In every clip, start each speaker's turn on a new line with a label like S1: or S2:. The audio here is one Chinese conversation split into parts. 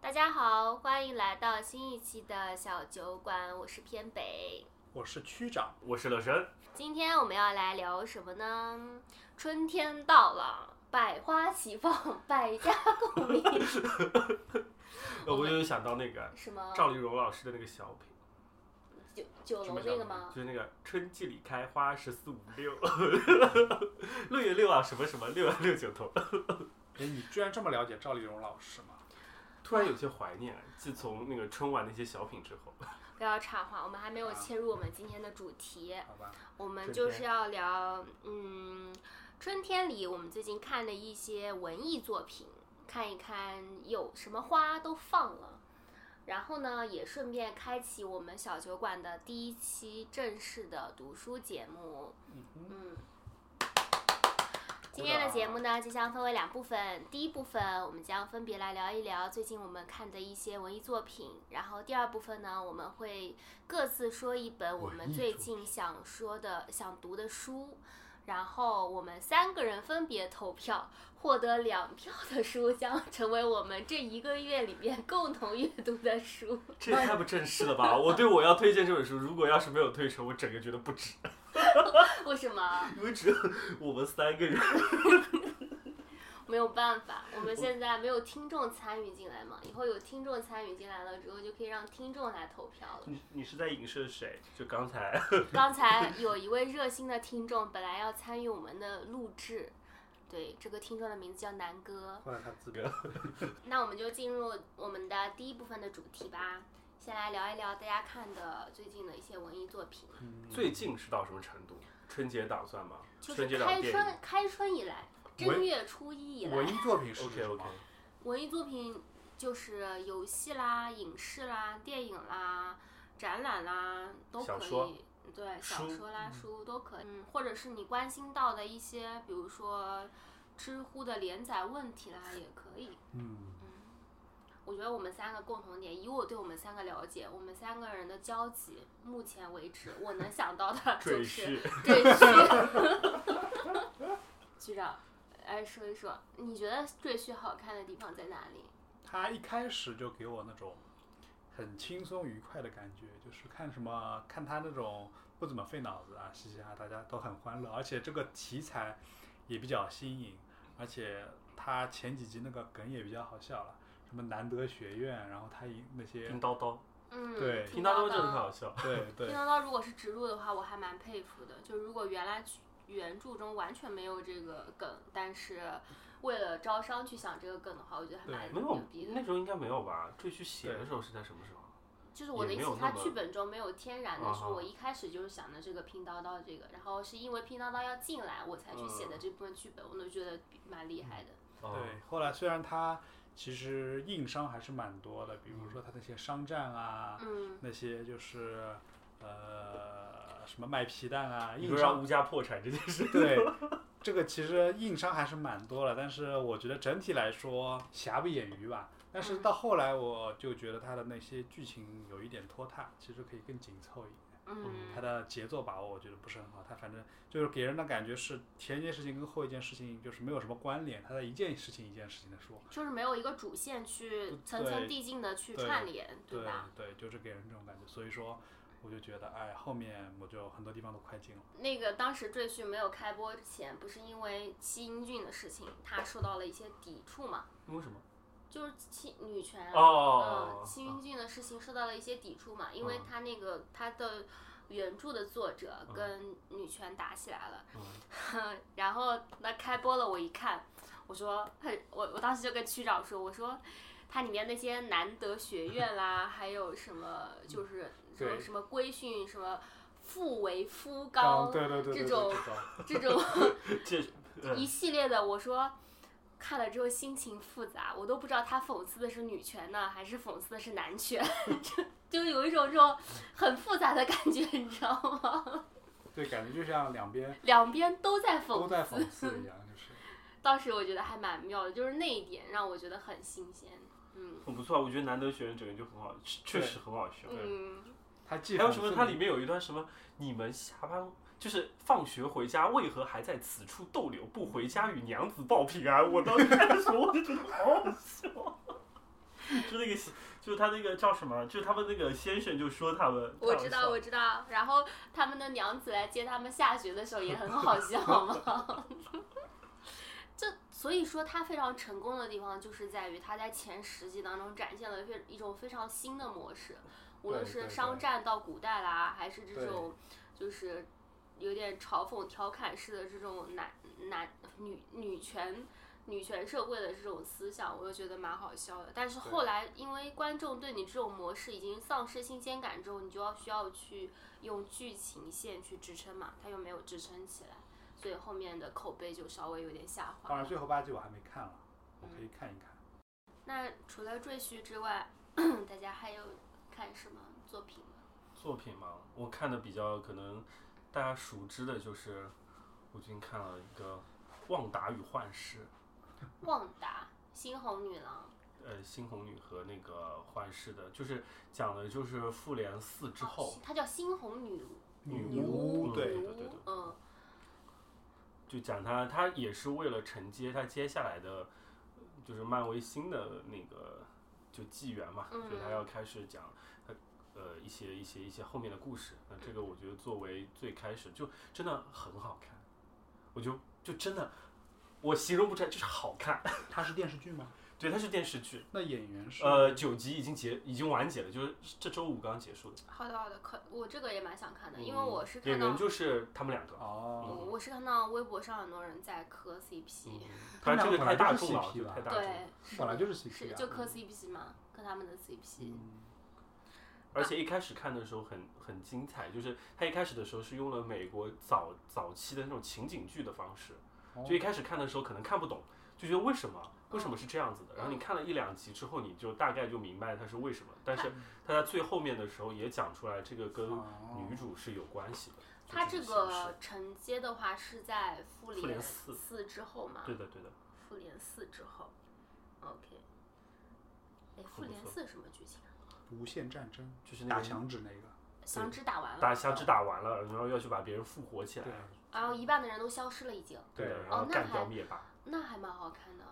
S1: 大家好，欢迎来到新一期的小酒馆，我是偏北。
S2: 我是区长，
S3: 我是乐神，
S1: 今天我们要来聊什么呢？春天到了，百花齐放，百家共 鸣。
S3: 呃
S1: 我
S3: 我
S1: 们嗯
S3: 就想到那个
S1: 什么
S3: 赵丽蓉老师的那个小品，
S1: 酒酒楼哦
S3: 什
S1: 那
S3: 么
S1: 个
S3: 小
S1: 吗？
S3: 就是那个春季里开花十四五六，六月六啊什么什么六啊六九头，
S2: 哎，你居然这么了解赵丽蓉老师吗？
S3: 突然有些怀念，啊自从那个春晚那些小品之后，
S1: 不要插话，我们还没有
S3: 啊
S1: 切入我们今天的主题，
S2: 好吧，
S1: 我们
S3: 春
S1: 就是
S3: 天
S1: 要聊，嗯，春天里我们最近看的一些文艺作品，看一看有什么花都放了。然后呢，也顺便开启我们小酒馆的第一期正式的读书节目。
S2: 嗯哼，
S1: 嗯，今天的节目呢，就将分为两部分。第一部分，我们将分别来聊一聊最近我们看的一些文艺作品。然后第二部分呢，我们会各自说一本我们
S3: 文艺
S1: 最
S3: 作
S1: 近想说的、想读的书。然后我们三个人分别投票，获得两票的书将成为我们这一个月里面共同阅读的书。
S3: 这也太不正式了吧！我对我要推荐这本书，如果要是没有推崇，我整个觉得不值，
S1: 为什么？
S3: 因为只有我们三个人，
S1: 没有办法，我们现在没有听众参与进来嘛，以后有听众参与进来了之后，就可以让听众来投票了。
S3: 你你是在影射谁？就刚才，
S1: 刚才有一位热心的听众，本来要参与我们的录制，对，这个听众的名字叫南哥。
S2: 后来他自
S3: 嗯
S2: 个
S1: 那我们就进入我们的第一部分的主题吧，先来聊一聊大家看的最近的一些文艺作品，
S2: 嗯
S3: 最近是到什么程度？春节档算吗？
S1: 嗯就是
S3: 春节档
S1: 开
S3: 电
S1: 春
S3: 影
S1: 开春以来，正
S2: 文
S1: 月初一以来，
S2: 嗯文艺作品是
S3: ，OK
S2: 什
S3: OK
S2: 么。
S1: 文艺作品就是游戏啦、影视啦、电影啦、展览啦，都
S3: 小
S1: 可
S3: 说
S1: 以。对，小
S3: 书
S1: 说啦、书都可以。嗯，或者是你关心到的一些，比如说知乎的连载问题啦，也可以。
S2: 嗯，
S1: 我觉得我们三个共同点，以我对我们三个了解，我们三个人的交集，目前为止我能想到的就
S3: 赘
S1: 是
S3: 婿。
S1: 赘婿。 局长，来说一说，你觉得赘婿好看的地方在哪里？
S2: 他一开始就给我那种很轻松愉快的感觉，就是看什么看他那种不怎么费脑子啊，嘻嘻哈哈，大家都很欢乐，而且这个题材也比较新颖，而且他前几集那个梗也比较好笑了，什么南德学院，然后他一那些
S3: 拼叨叨，
S1: 嗯，
S2: 对
S3: 拼叨
S1: 到
S3: 叨真的很好笑。
S2: 对对
S1: 听叨叨如果是植入的话，我还蛮佩服的。就如果原来剧原著中完全没有这个梗，但是为了招商去想这个梗的话，我觉得还蛮
S3: 没
S1: 牛
S3: 有
S1: 逼，的。
S3: 那时候应该没有吧？赘婿写的时候是在什么时候？啊
S1: 就是我的意
S3: 也没
S1: 思
S3: 有，
S1: 它
S3: 那么
S1: 剧本中没有天然的
S3: 啊
S1: 说，
S3: 哈
S1: 我一开始就是想的这个拼叨叨这个，然后是因为拼叨叨要进来，我才去写
S3: 嗯
S1: 的这部分剧本，我都觉得蛮厉害的。
S3: 哦，
S2: 对，后来虽然他其实硬伤还是蛮多的，比如
S3: 嗯
S2: 说他那些商战啊，
S1: 嗯，
S2: 那些就是呃什么卖皮蛋啊，
S3: 你
S2: 硬
S3: 说让
S2: 伤
S3: 乌家破产这件事，
S2: 对 这个其实硬伤还是蛮多了，但是我觉得整体来说瑕不掩瑜吧。但是到后来我就觉得他的那些剧情有一点拖沓，其实可以更紧凑一点。
S1: 嗯
S2: 他的节奏把握我觉得不是很好，他反正就是给人的感觉是前一件事情跟后一件事情就是没有什么关联，他在一件事情一件事情的说。
S1: 就是没有一个主线去
S2: 对
S1: 层层递进的去
S2: 对
S1: 串联，
S2: 对
S1: 吧？
S2: 对，就是给人这种感觉。所以说，我就觉得，哎，后面我就很多地方都快进了。
S1: 那个当时《赘婿》没有开播之前，不是因为戚英俊的事情，他受到了一些抵触嘛？
S3: 为什么？
S1: 就是戚女权，
S3: 哦嗯
S1: 嗯，戚英俊的事情受到了一些抵触嘛，因为他那个他的原著的作者跟女权打起来了，
S3: 嗯
S1: 然后那开播了，我一看，我说，嘿我我当时就跟区长说，我说。它里面那些南德学院啦，还有什么就是
S3: 嗯
S1: 什么
S2: 对
S1: 什么规训，什么父为夫纲，
S2: 刚对对对对
S1: 这
S2: 对
S1: 种
S2: 对对
S1: 这种
S3: 这
S1: 一
S3: 嗯
S1: 系列的，我说看了之后心情复杂，我都不知道他讽刺的是女权呢，还是讽刺的是男权， 就就有一种这种很复杂的感觉，你知道吗？
S2: 对，感觉就像两边
S1: 两边都在讽
S2: 都在
S1: 刺，
S2: 讽刺一样，就是。
S1: 当时我觉得还蛮妙的，就是那一点让我觉得很新鲜，嗯
S3: 很不错啊，我觉得南德学院整个就很好，确确实很好笑。
S1: 嗯，
S2: 他既
S3: 还有
S2: 讽
S3: 什么？
S2: 刺
S3: 它
S2: 你
S3: 里面有一段什么？你们下班就是放学回家，为何还在此处逗留？不 回家与娘子报平安？我当时看的时候我就觉得好好笑，时那个先就是他那个叫什么，就是他们那个先生就说他们，
S1: 我知道，
S3: 我
S1: 我知道。然后他们的娘子来接他们下学的时候也很好笑嘛。 这所以说他非常成功的地方就是在于他在前十集当中展现了非一种非常新的模式，无论
S2: 对对
S1: 是
S2: 对
S1: 商战到古代啦，还是这
S2: 对
S1: 种就是有点嘲讽调侃式的这种男男女女权女权社会的这种思想，我就觉得蛮好笑的。但是
S2: 对
S1: 后来，因为观众对你这种模式已经丧失新鲜感之后，你就要需要去用剧情线去支撑嘛，它又没有支撑起来，所以后面的口碑就稍微有点下滑
S2: 当。然最后八集我还没看了，我可以看一看。
S1: 那除了赘婿之外， 大家还有看什么作品吗？
S3: 作品嘛，我看的比较可能大家熟知的就是，我最近看了一个《旺达与幻视》，
S1: 旺达、猩红女郎，
S3: 呃，猩红女和那个幻视的，就是讲的就是复联四之后
S1: 哦，它叫猩红女巫，
S3: 女
S2: 女巫
S3: 巫，
S2: 对
S3: 对
S1: 女
S3: 对对
S1: 巫，嗯，
S3: 就讲他，他也是为了承接他接下来的，就是漫威新的那个就纪元嘛，
S1: 嗯
S3: 所以他要开始讲他呃一些一些一些后面的故事。那这个我觉得作为最开始就真的很好看，我就就真的我形容不出来，就是好看。
S2: 它是电视剧吗？
S3: 对，它是电视剧，
S2: 那演员是
S3: 呃，九集已经结已经完结了，就是这周五刚结束的。
S1: 好的好的，可我这个也蛮想看的，因为
S3: 嗯
S1: 我是
S3: 演
S1: 看到
S3: 员就是他们两个，
S2: 哦，
S3: 嗯
S1: 我是看到微博上很多人在磕 CP，、
S3: 反正这个太大众了，
S2: 他们两个本来就
S1: 对，是的
S2: 是 CP 本来就
S3: 嗯就太大众了。
S2: 是 CP
S1: 是
S2: 啊，
S1: 就
S3: 嗯
S1: 磕 CP 嘛，磕他们的 CP，、
S3: 而且一开始看的时候很很精彩，就是他一开始的时候是用了美国早早期的那种情景剧的方式，
S2: 哦
S3: 就一开始看的时候可能看不懂，就觉得为什么为什么是这样子的，
S2: 嗯
S3: 然后你看了一两集之后，你就大概就明白它是为什么。但
S2: 嗯
S3: 是他在最后面的时候也讲出来，这个跟
S2: 哦
S3: 女主是有关系的。就
S1: 他这
S3: 种形式
S1: 个承接的话是在复
S3: 复联四
S1: 四之后嘛，
S3: 对的对的，
S1: 复联四之后，OK，哎，
S3: 不
S1: 复联
S3: 错
S1: 四什么剧情啊？
S2: 无限战争
S3: 就是那
S2: 打
S3: 个
S2: 响指那个，
S1: 响指打完了，
S3: 打响指打完了，然后要去把别人复活起来，
S1: 然后一半的人都消失了已经，
S2: 对
S3: 的，
S2: 哦
S3: 然后
S1: 那
S3: 干
S1: 还
S3: 掉灭霸。
S1: 那还蛮好看的。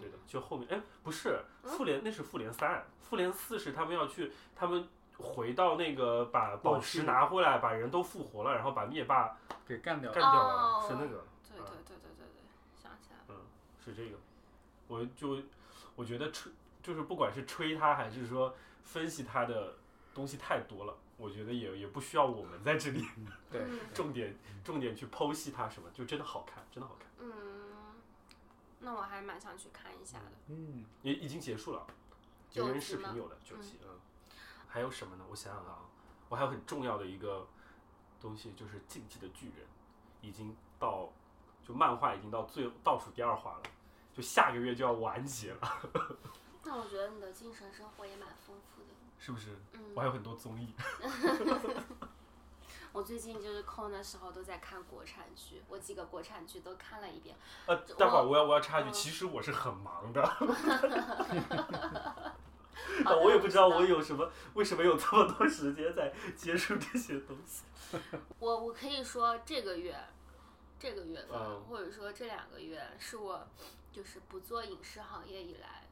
S3: 对的，就后面哎，不是复联，那是复联三，复联四是他们要去，他们回到那个把宝石哦
S2: 去
S3: 拿回来，把人都复活了，然后把灭霸
S2: 给干掉
S3: 干
S2: 了。
S3: 掉了，
S1: 哦
S3: 是那个，
S1: 对对对对对对，想起来了。
S3: 是这个。我就我觉得吹，就是不管是吹他还是说分析他的东西太多了，我觉得也也不需要我们在这里
S2: 对
S1: 嗯
S3: 重点重点去剖析他什么，就真的好看，真的好看，
S1: 嗯，那我还蛮想去看一下的。
S2: 嗯，
S3: 也已经结束了，
S1: 九
S3: 有人
S1: 集
S3: 视频
S1: 吗
S3: 有的九集，嗯，还有什么呢？我想想看啊，我还有很重要的一个东西就是《进击的巨人》，已经到就漫画已经到最倒数第二话了，就下个月就要完结了，
S1: 那我觉得你的精神生活也蛮丰富的。
S3: 是不是？
S1: 嗯
S3: 我，还有很多综 艺，
S1: 我最近就是空的时候都在看国产剧，我几个国产剧都看了一遍。
S3: 呃，
S1: 我
S3: 待会儿我要我要插一句，
S1: 嗯
S3: 其实我是很忙 的，呃
S1: 好的
S3: 我也不知道我
S1: 知
S3: 有什么为什么有这么多时间在接触这些东西。
S1: 我我可以说这个月，这个月份、
S3: 嗯
S1: 或者说这两个月是我就是不做影视行业以来。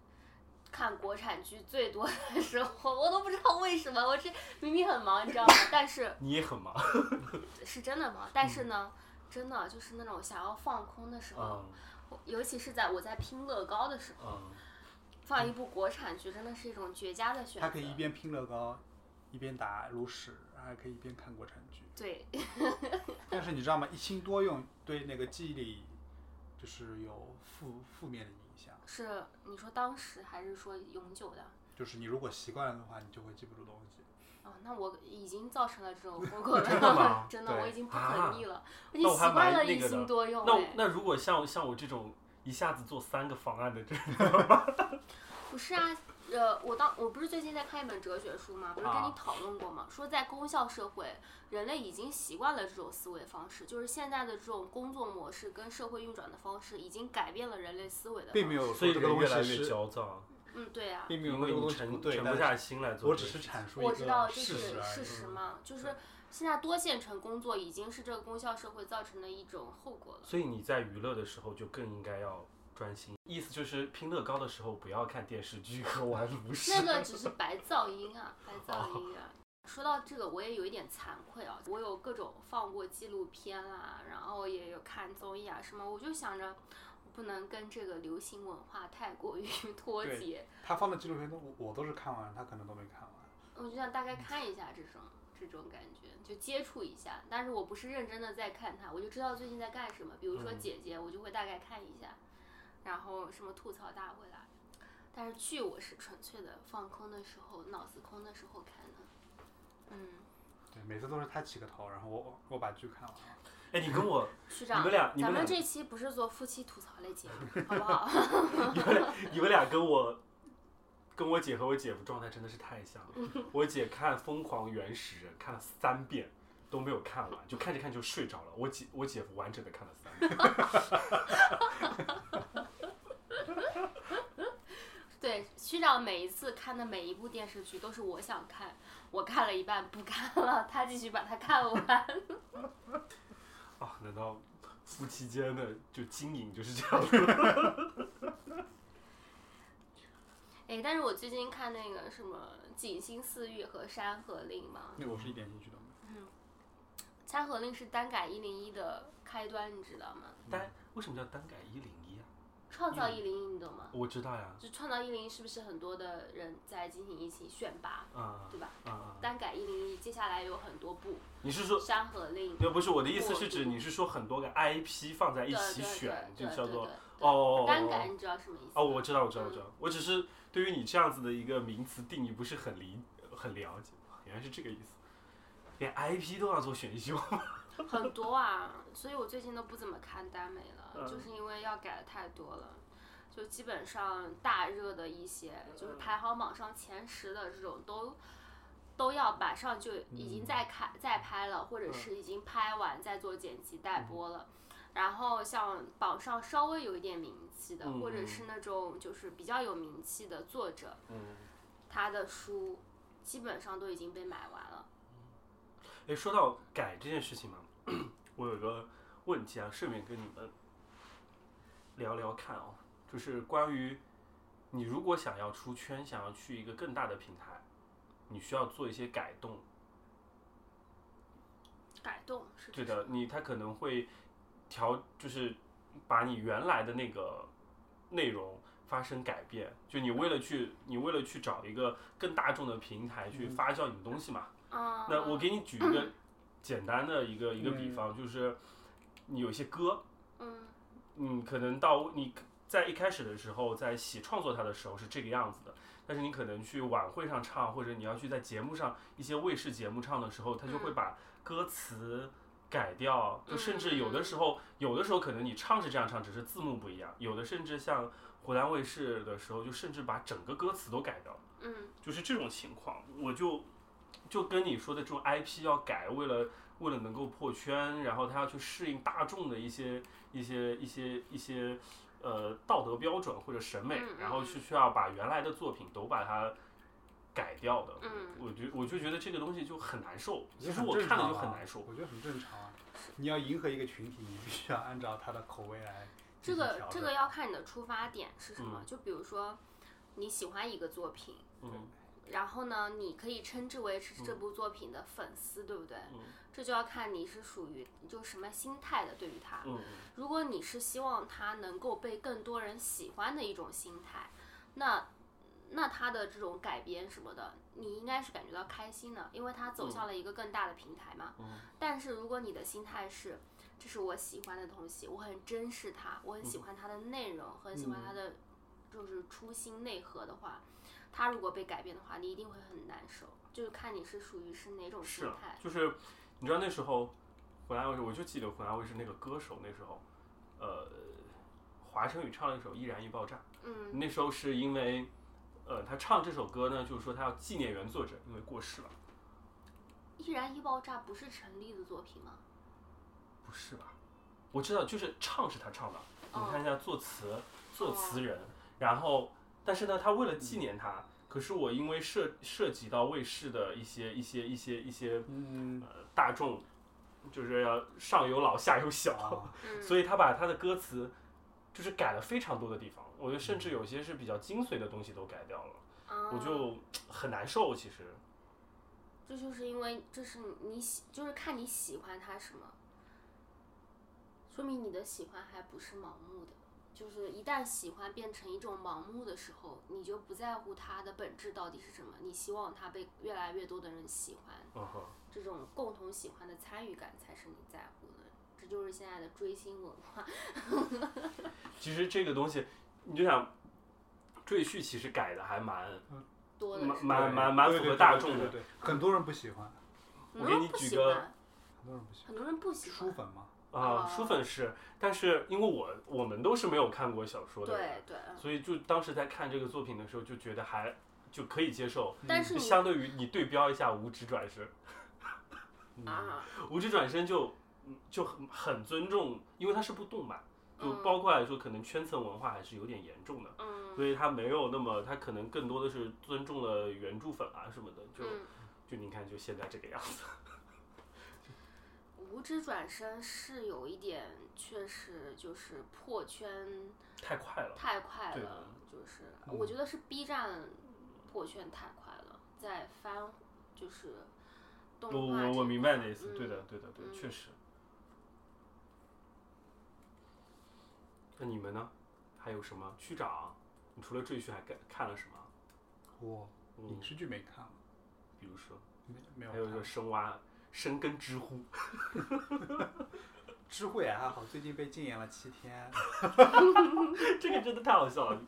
S1: 看国产剧最多的时候，我都不知道为什么，我这明明很忙，你知道吗？但是
S3: 你也很忙，
S1: 是真的忙，但是呢，真的就是那种想要放空的时候，
S3: 嗯
S1: 我尤其是在我在拼乐高的时候，
S3: 嗯，
S1: 放一部国产剧真的是一种绝佳的选择。
S2: 他可以一边拼乐高，一边打炉石，还可以一边看国产剧。
S1: 对，
S2: 但是你知道吗？一心多用对那个记忆力就是有负负面的影响，
S1: 是你说当时还是说永久的？
S2: 就是你如果习惯了的话，你就会记不住东西。
S1: 哦，那我已经造成了这种后果
S3: 真的吗
S1: 了， 真的，
S2: 对
S1: 我已经不
S3: 啊
S1: 可逆了，我已
S3: 那
S1: 经
S3: 我
S1: 习
S3: 还
S1: 惯
S3: 蛮
S1: 了
S3: 那
S1: 一
S3: 个的
S1: 心多用、
S3: 那
S1: 哎。
S3: 那如果像像我这种一下子做三个方案的 这种，
S1: 不是啊，呃，我当我不是最近在看一本哲学书吗？不是跟你
S3: 啊
S1: 讨论过吗？说在功效社会，人类已经习惯了这种思维方式，就是现在的这种工作模式跟社会运转的方式，已经改变了人类思维的。
S2: 并没。有
S3: 所
S2: 说
S3: 以
S2: 这个东
S3: 越来
S2: 西
S3: 越
S2: 是，
S3: 焦躁，
S1: 嗯，对啊，
S2: 并没有
S3: 因
S2: 说
S3: 为
S2: 这个
S3: 你
S2: 东西不
S3: 沉
S2: 对，
S3: 沉不
S2: 但
S3: 下心来做。
S2: 我只是阐述一
S1: 我知道
S2: 个
S1: 这
S2: 事
S1: 是
S2: 实啊而
S1: 事
S2: 已。
S1: 实嘛，就
S3: 对
S1: 是现在多线程工 作已经是这个功效社会造成的一种后果了。
S3: 所以你在娱乐的时候就更应该要专心。意思就是拼乐高的时候不要看电视剧和玩炉石。
S1: 那个只是白噪音啊， 白噪
S2: 哦
S1: 音啊。说到这个，我也有一点惭愧啊，我有各种放过纪录片啊，然后也有看综艺啊什么，我就想着不能跟这个流行文化太过于 脱
S2: 对
S1: 节，
S2: 他放的纪录片都我我都是看完，他可能都没看完。
S1: 我就想大概看一下这种这种感觉，就接触一下，但是我不是认真的在看它，我就知道最近在干什么。比如说
S3: 嗯
S1: 姐姐，我就会大概看一下，然后什么吐槽大会啦。但是剧我是纯粹的放空的时候，脑子空的时候看的。嗯，
S2: 对，每次都是他起个头，然后我我把剧看完了。
S3: 哎，你跟我，
S1: 区长，
S3: 你们俩你
S1: 咱
S3: 们
S1: 们
S3: 俩
S1: 这期不是做夫妻吐槽类节目，好不好？
S3: 你们俩，你们俩跟我，跟我姐和我姐夫状态真的是太像 了。我姐看《疯狂原始人》看了三遍都没有看完，就看着看着就睡着了。我姐我姐夫完整的看了三遍。
S1: 对，区长每一次看的每一部电视剧都是我想看，我看了一半不看了，他继续把它看完。
S3: 啊，难道夫妻间的就经营就是这样的？
S1: 哎，但是我最近看那个什么《锦心似玉》和《山河令》嘛，
S2: 那我是一点兴趣都没有。
S1: 《山河令》是单改一零一的开端，你知道吗？
S3: 单为什么叫单改一零一啊？
S1: 创造一零一你懂吗？
S3: 我知道呀，
S1: 就创造一零一是不是很多的人在进行一起选拔，
S3: 啊
S1: 对吧？
S3: 啊啊！
S1: 单改一零一，接下来有很多部
S3: 你是说呃
S1: 《山河令》
S3: 对，不是我的意思是指你是说很多个 IP 放在
S1: 对，
S3: 一
S1: 对
S3: 起
S1: 对
S3: 选，就
S1: 对
S3: 叫
S1: 对
S3: 做
S1: 对
S3: 哦哦哦
S1: 单改，你知道什么意思？
S3: 哦，我知道，我知道，我知道。
S1: 嗯
S3: 我只是对于你这样子的一个名词定义不是很理很了解，原来是这个意思。连 IP 都要做选秀，
S1: 很多啊，所以我最近都不怎么看耽美了，
S3: 嗯
S1: 就是因为要改的太多了。就基本上大热的一些，就是排行榜上前十的这种都都要马上就已经在开、在拍了，或者是已经拍完再做剪辑待播了。然后像榜上稍微有一点名气的，
S3: 嗯
S1: 或者
S3: 嗯
S1: 是那种就是比较有名气的作者，
S3: 嗯，
S1: 他的书基本上都已经被买完了。
S3: 哎，说到改这件事情嘛，我有一个问题啊，顺便跟你们聊聊看哦，就是关于你如果想要出圈，想要去一个更大的平台，你需要做一些改动。
S1: 改动是指
S3: 对的，你他可能会调，就是把你原来的那个内容发生改变。就你为了去，你为了去找一个更大众的平台去发酵你的东西嘛。
S1: 啊，
S3: 那我给你举一个简单的一个一个比方，就是你有一些歌，
S1: 嗯
S3: 嗯，可能到你在一开始的时候，在写创作它的时候是这个样子的，但是你可能去晚会上唱，或者你要去在节目上一些卫视节目唱的时候，它就会把歌词改掉，就甚至有的时候，有的时候可能你唱是这样唱，只是字幕不一样，有的甚至像湖南卫视的时候，就甚至把整个歌词都改掉。
S1: 嗯
S3: 就是这种情况，我就就跟你说的这种 IP 要改，为了为了能够破圈，然后他要去适应大众的一些一些一些一些呃道德标准或者审美
S1: 嗯嗯，
S3: 然后是需要把原来的作品都把它改掉的。
S1: 嗯。
S3: 我觉我就觉得这个东西就很难受，
S2: 我觉
S3: 其
S2: 得
S3: 实
S2: 很
S3: 我
S2: 正
S3: 看了
S2: 常
S3: 就很
S2: 啊
S3: 难受。
S2: 我觉得很正常啊。你要迎合一个群体，你必须要按照他的口味来
S1: 这
S2: 进行
S1: 个
S2: 调
S1: 这
S2: 整
S1: 个要看你的出发点是什么。就比如说你喜欢一个作品，
S3: 嗯
S1: 然后呢，你可以称之为是这部作品的粉丝，对不对？
S3: 嗯
S1: 这就要看你是属于就什么心态的对于它。
S3: 嗯
S1: 如果你是希望它能够被更多人喜欢的一种心态，那那它的这种改编什么的，你应该是感觉到开心的，因为它走向了一个更大的平台嘛。
S3: 嗯
S1: 但是如果你的心态是，这是我喜欢的东西，我很珍视它，我很喜
S3: 嗯
S1: 欢它的内容，很喜欢它的就是初心内核的话，它如果被改变的话，你一定会很难受。就是看你是属于是哪种心
S3: 是啊
S1: 态，
S3: 就是你知道那时候湖南卫视，我就记得湖南卫视那个歌手那时候，呃，华晨宇唱了一首《易燃易爆炸》。
S1: 嗯
S3: 那时候是因为，呃，他唱这首歌呢，就是说他要纪念原作者，因为过世了。
S1: 易燃易爆炸不是陈粒的作品吗？
S3: 不是吧？我知道，就是唱是他唱的。你
S1: 哦
S3: 看一下作词，作词人，然后，但是呢，他为了纪念他，可是我因为涉涉及到卫视的一些一些一些一些
S2: 嗯
S3: 呃大众，就是要上有老下有小，
S2: 啊，
S1: 嗯，
S3: 所以他把他的歌词就是改了非常多的地方，我觉得甚至有些是比较精髓的东西都改掉了，
S1: 啊
S3: 我就很难受。其实，
S1: 这就是因为这是你喜，就是看你喜欢他什么，说明你的喜欢还不是盲目的。就是一旦喜欢变成一种盲目的时候，你就不在乎它的本质到底是什么，你希望它被越来越多的人喜欢，
S3: 嗯哼，
S1: 这种共同喜欢的参与感才是你在乎的。这就是现在的追星文化。
S3: 其实这个东西，你就想，赘婿其实改的还蛮，
S1: 多的
S3: 蛮
S1: 人，
S3: 蛮
S2: 对
S3: 蛮蛮
S2: 对
S3: 符
S2: 对
S3: 合
S2: 对
S3: 大
S2: 对
S3: 众
S2: 对
S3: 的
S2: 对对很多人不喜欢，
S1: 很多
S3: 我给
S1: 人
S3: 你
S1: 不
S3: 举
S1: 喜
S3: 个
S1: 欢，
S2: 很多人不喜
S1: 很多人不喜
S2: 欢。
S1: 欢。
S2: 书粉嘛，
S3: 啊、
S1: 哦
S3: 书粉是，但是因为我我们都是没有看过小说的人，
S1: 对对，
S3: 所以就当时在看这个作品的时候就觉得还就可以接受，
S1: 但
S2: 嗯
S1: 是你
S3: 相对于你对标一下《无职 转身》，
S1: 啊，
S3: 《无职转身就》嗯就很很尊重，因为它是部动漫，就
S1: 嗯
S3: 包括来说可能圈层文化还是有点严重的，
S1: 嗯
S3: 所以它没有那么它可能更多的是尊重了原著粉啊什么的，就、
S1: 嗯，
S3: 就你看就现在这个样子，
S1: 无知转身是有一点，确实就是破圈
S3: 太快了，
S1: 太快
S3: 对
S1: 了，就是
S2: 嗯
S1: 我觉得是 B 站破圈太快了，在翻就是动
S3: 我
S1: 画
S3: 我
S1: 这
S3: 我
S1: 一
S3: 明
S1: 块
S3: 白你的意思，对的
S1: 嗯
S3: 对的对
S1: 嗯
S3: 的，确实。那你们呢？还有什么？区长，你除了赘婿还看看了什么？
S2: 我
S3: 嗯
S2: 影，视剧没看，
S3: 比如说，
S2: 没没有
S3: 还有一
S2: 看
S3: 个。深挖深根知 乎，
S2: 知乎也还好，最近被禁言了七天，
S3: 这个真的太好笑了。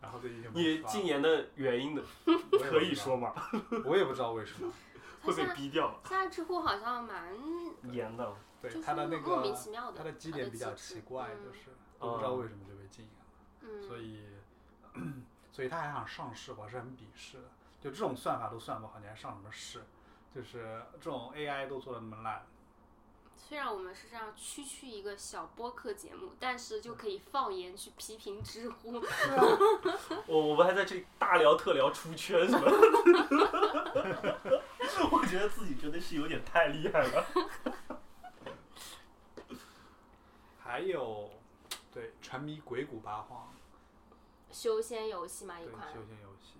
S2: 然后最近就没
S3: 你
S2: 刷
S3: 禁言的原因的
S2: 我也
S3: 可以
S2: 不知道
S3: 说吗？
S2: 我也不知道为什么。
S1: 它
S3: 会
S1: 现
S3: 被
S1: 在
S3: 逼掉，
S1: 现在知乎好像蛮
S3: 严的。
S2: 对
S1: 就是
S2: 他的那
S1: 莫名
S2: 个
S1: 其妙的
S2: 他的基点比较
S1: 机制
S2: 奇怪，
S1: 嗯
S2: 就是我不知道为什么就被禁言了，
S1: 嗯
S2: 所以 所以他还想上市，我还是很鄙视的。就这种算法都算不好，你还上什么市？就是这种 AI 都做的那么烂，
S1: 虽然我们是这样区区一个小播客节目，但是就可以放言去批评知乎。
S3: 我我们还在这里大聊特聊出圈什么的， 我觉得自己真的是有点太厉害了。
S2: 还有对沉迷鬼谷八荒，
S1: 修仙游戏嘛，
S2: 对
S1: 一款
S2: 休闲游戏，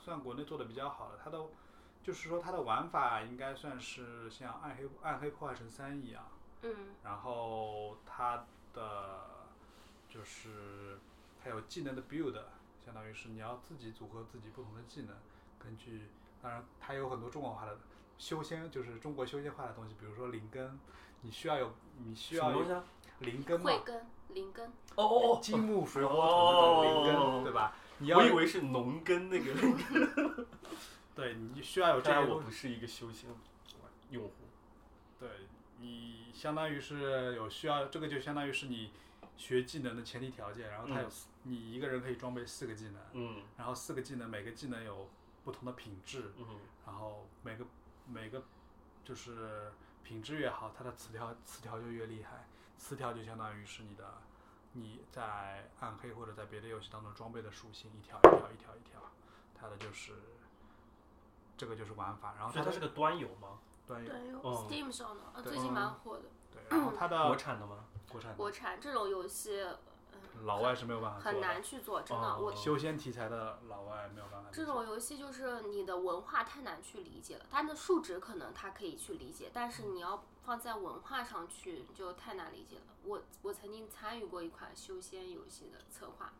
S2: 算国内做的比较好的，它的就是说它的玩法应该算是像暗黑暗黑破坏神三一样。
S1: 嗯
S2: 然后它的就是它有技能的 build，相当于是你要自己组合自己不同的技能，根据当然它有很多中国化的修仙，就是中国修仙化的东西，比如说灵根，你需要有你需
S3: 什
S2: 要
S3: 么东
S2: 有
S3: 西啊？
S2: 灵根嘛
S1: 慧，根灵根，
S3: 哦哦哦！
S2: 金木水火土的灵
S3: 哦
S2: 根，对吧？你要
S3: 我以为是农耕那个，
S2: 对你需要有这
S3: 当
S2: 些
S3: 然我
S2: 东西，
S3: 不是一个修仙用户。
S2: 对你相当于是有需要，这个就相当于是你学技能的前提条件，然后它有、四你一个人可以装备四个技能。
S3: 嗯
S2: 然后四个技能，每个技能有不同的品质，
S3: 嗯
S2: 然后每个每个就是品质越好，它的词条词条就越厉害。词条就相当于是你的你在暗黑或者在别的游戏当中装备的属性，一条一条一条一条，它的就是这个就是玩法。然后
S3: 所以它是个端游吗？
S1: 嗯
S2: 端游，
S1: 对
S3: 哦
S1: ，Steam 上的，啊
S2: 对
S1: 最近蛮火的。
S2: 对，然后它
S3: 国
S2: 的
S3: 产的吗？
S2: 国产
S1: 国产这种游戏嗯
S2: 老外是没有办法
S1: 很
S2: 做的，
S1: 难去做，真的。
S3: 哦
S1: 我
S2: 修仙题材的老外没有办法做。
S1: 这种游戏就是你的文化太难去理解了，它的数值可能它可以去理解，但是
S2: 嗯
S1: 你要放在文化上去就太难理解了。我我曾经参与过一款修仙游戏的策划，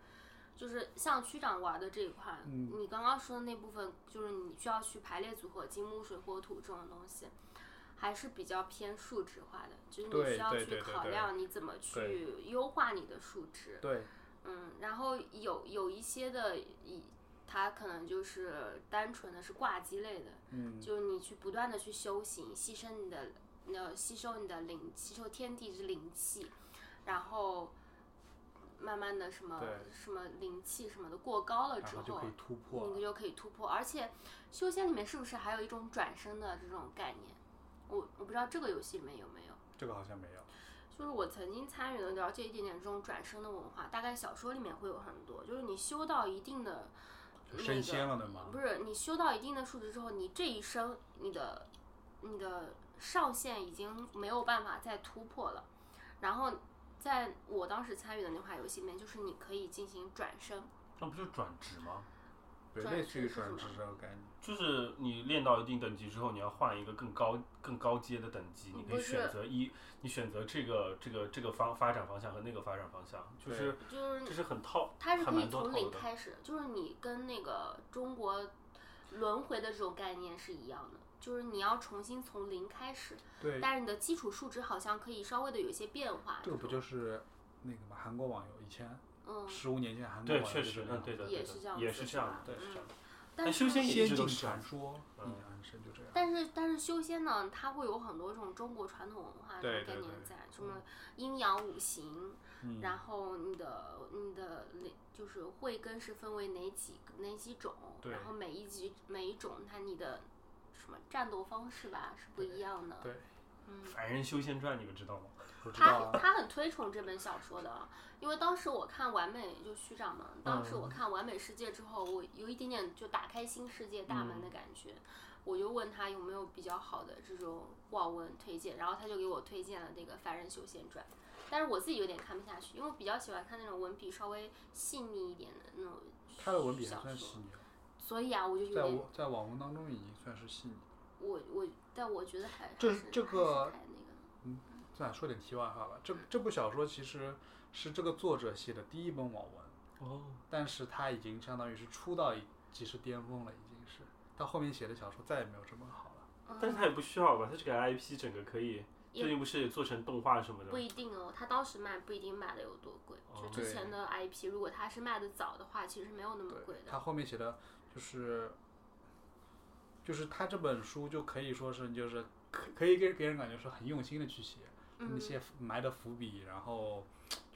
S1: 就是像区长玩的这一款，
S2: 嗯
S1: 你刚刚说的那部分，就是你需要去排列组合金木水火土这种东西。还是比较偏数值化的，就是你
S2: 对
S1: 需要
S2: 对
S1: 去
S2: 对对
S1: 考
S2: 对
S1: 量你怎么去优化你的数值。
S2: 对，
S1: 嗯，然后有有一些的，一它可能就是单纯的是挂机类的，
S2: 嗯，
S1: 就是你去不断的去修行，牺牲你的，呃，吸收你的灵，吸收天地之灵气，然后慢慢的什么
S2: 对
S1: 什么灵气什么的过高了
S2: 然
S1: 之
S2: 后
S1: 后，
S2: 就可以突破了。
S1: 你就可以突破。而且修仙里面是不是还有一种转生的这种概念？我我不知道这个游戏里面有没有。
S2: 这个好像没有。
S1: 就是我曾经参与的了解一点点这种转生的文化，大概小说里面会有很多，就是你修到一定的
S2: 就升仙了的吗？
S1: 不是你修到一定的数值之后，你这一生你的你的上限已经没有办法再突破了，然后在我当时参与的那款游戏里面，就是你可以进行转生，
S3: 那不就是转职吗？
S2: 对，
S1: 转
S2: 类似于
S1: 职是
S2: 转
S1: 什
S2: 职
S1: 么
S2: 这种感觉。
S3: 就是你练到一定等级之后，你要换一个更高、更高阶的等级，
S1: 嗯
S3: 你可
S1: 不
S3: 以
S1: 是
S3: 选择一，你选择这个、这个、这个方发展方向和那个发展方向，就是
S1: 就是
S3: 这是很套，
S1: 它是
S3: 还
S1: 可以
S3: 蛮多
S1: 从
S3: 套
S1: 零
S3: 的
S1: 开始，就是你跟那个中国轮回的这种概念是一样的，就是你要重新从零开始，
S2: 对，
S1: 但是你的基础数值好像可以稍微的有一些变化。
S2: 这个不就是是那个嘛？韩国网游以前
S1: 嗯，
S2: 十五年前韩国
S3: 对，
S2: 网游
S3: 确
S2: 就是这
S3: 实，嗯，
S2: 样
S3: 对的，
S1: 也
S3: 对
S1: 是这
S3: 的，
S1: 样
S3: 也
S1: 子
S3: 是
S1: 是
S3: 这样
S1: 吧嗯
S3: 的，对，是这样的。
S1: 但
S3: 哎修
S1: 是
S3: 仙也
S2: 仙
S3: 一直
S2: 境
S3: 都是这样
S2: 传说，
S3: 嗯
S2: 印象深就这样。
S1: 但是但是修仙呢，它会有很多这种中国传统文化这种
S2: 对
S1: 概
S2: 对
S1: 念
S2: 对
S1: 在，什么阴阳五行，
S2: 嗯，
S1: 然后你的你的那就是慧根是分为哪几哪几种，
S2: 对
S1: 然后每一级每一种它你的什么战斗方式吧是不一样的。
S2: 对，
S1: 嗯，
S3: 《凡人修仙传》，你们知道吗？
S2: 我知道
S1: 他
S2: 啊，
S1: 他很推崇这本小说的，因为当时我看《完美》就虚长嘛，当时我
S2: 嗯
S1: 看《完美世界》之后，我有一点点就打开新世界大
S2: 嗯
S1: 门的感觉，我就问他有没有比较好的这种网文推荐，然后他就给我推荐了那个《凡人修仙传》，但是我自己有点看不下去，因为我比较喜欢看那种文笔稍微细腻一点的那种
S2: 他的文笔还
S1: 小
S2: 算
S1: 说
S2: 细，腻了，
S1: 所以啊，我就有
S2: 在
S1: 点
S2: 我在网文当中已经算是细腻。
S1: 我我，但我觉得还
S2: 这
S1: 还是
S2: 这个
S1: 还是太那个了。
S2: 算说点题外话吧。这这部小说其实是这个作者写的第一本网文，
S3: 哦，
S2: 但是他已经相当于是出到一即是巅峰了，已经是到后面写的小说再也没有这么好了。
S3: 但是他也不需要吧，他这个 IP 整个可以，
S1: 嗯也
S3: 最近不是也做成动画什么的
S1: 不一定哦，他当时卖不一定卖的有多贵。
S3: 哦
S1: 就之前的 IP，如果他是卖的早的话，其实没有那么贵
S2: 对，
S1: 的。
S2: 他后面写的就是就是他这本书就可以说是就是可可以给给人感觉是很用心的去写、那
S1: 嗯，
S2: 些埋的伏笔，然后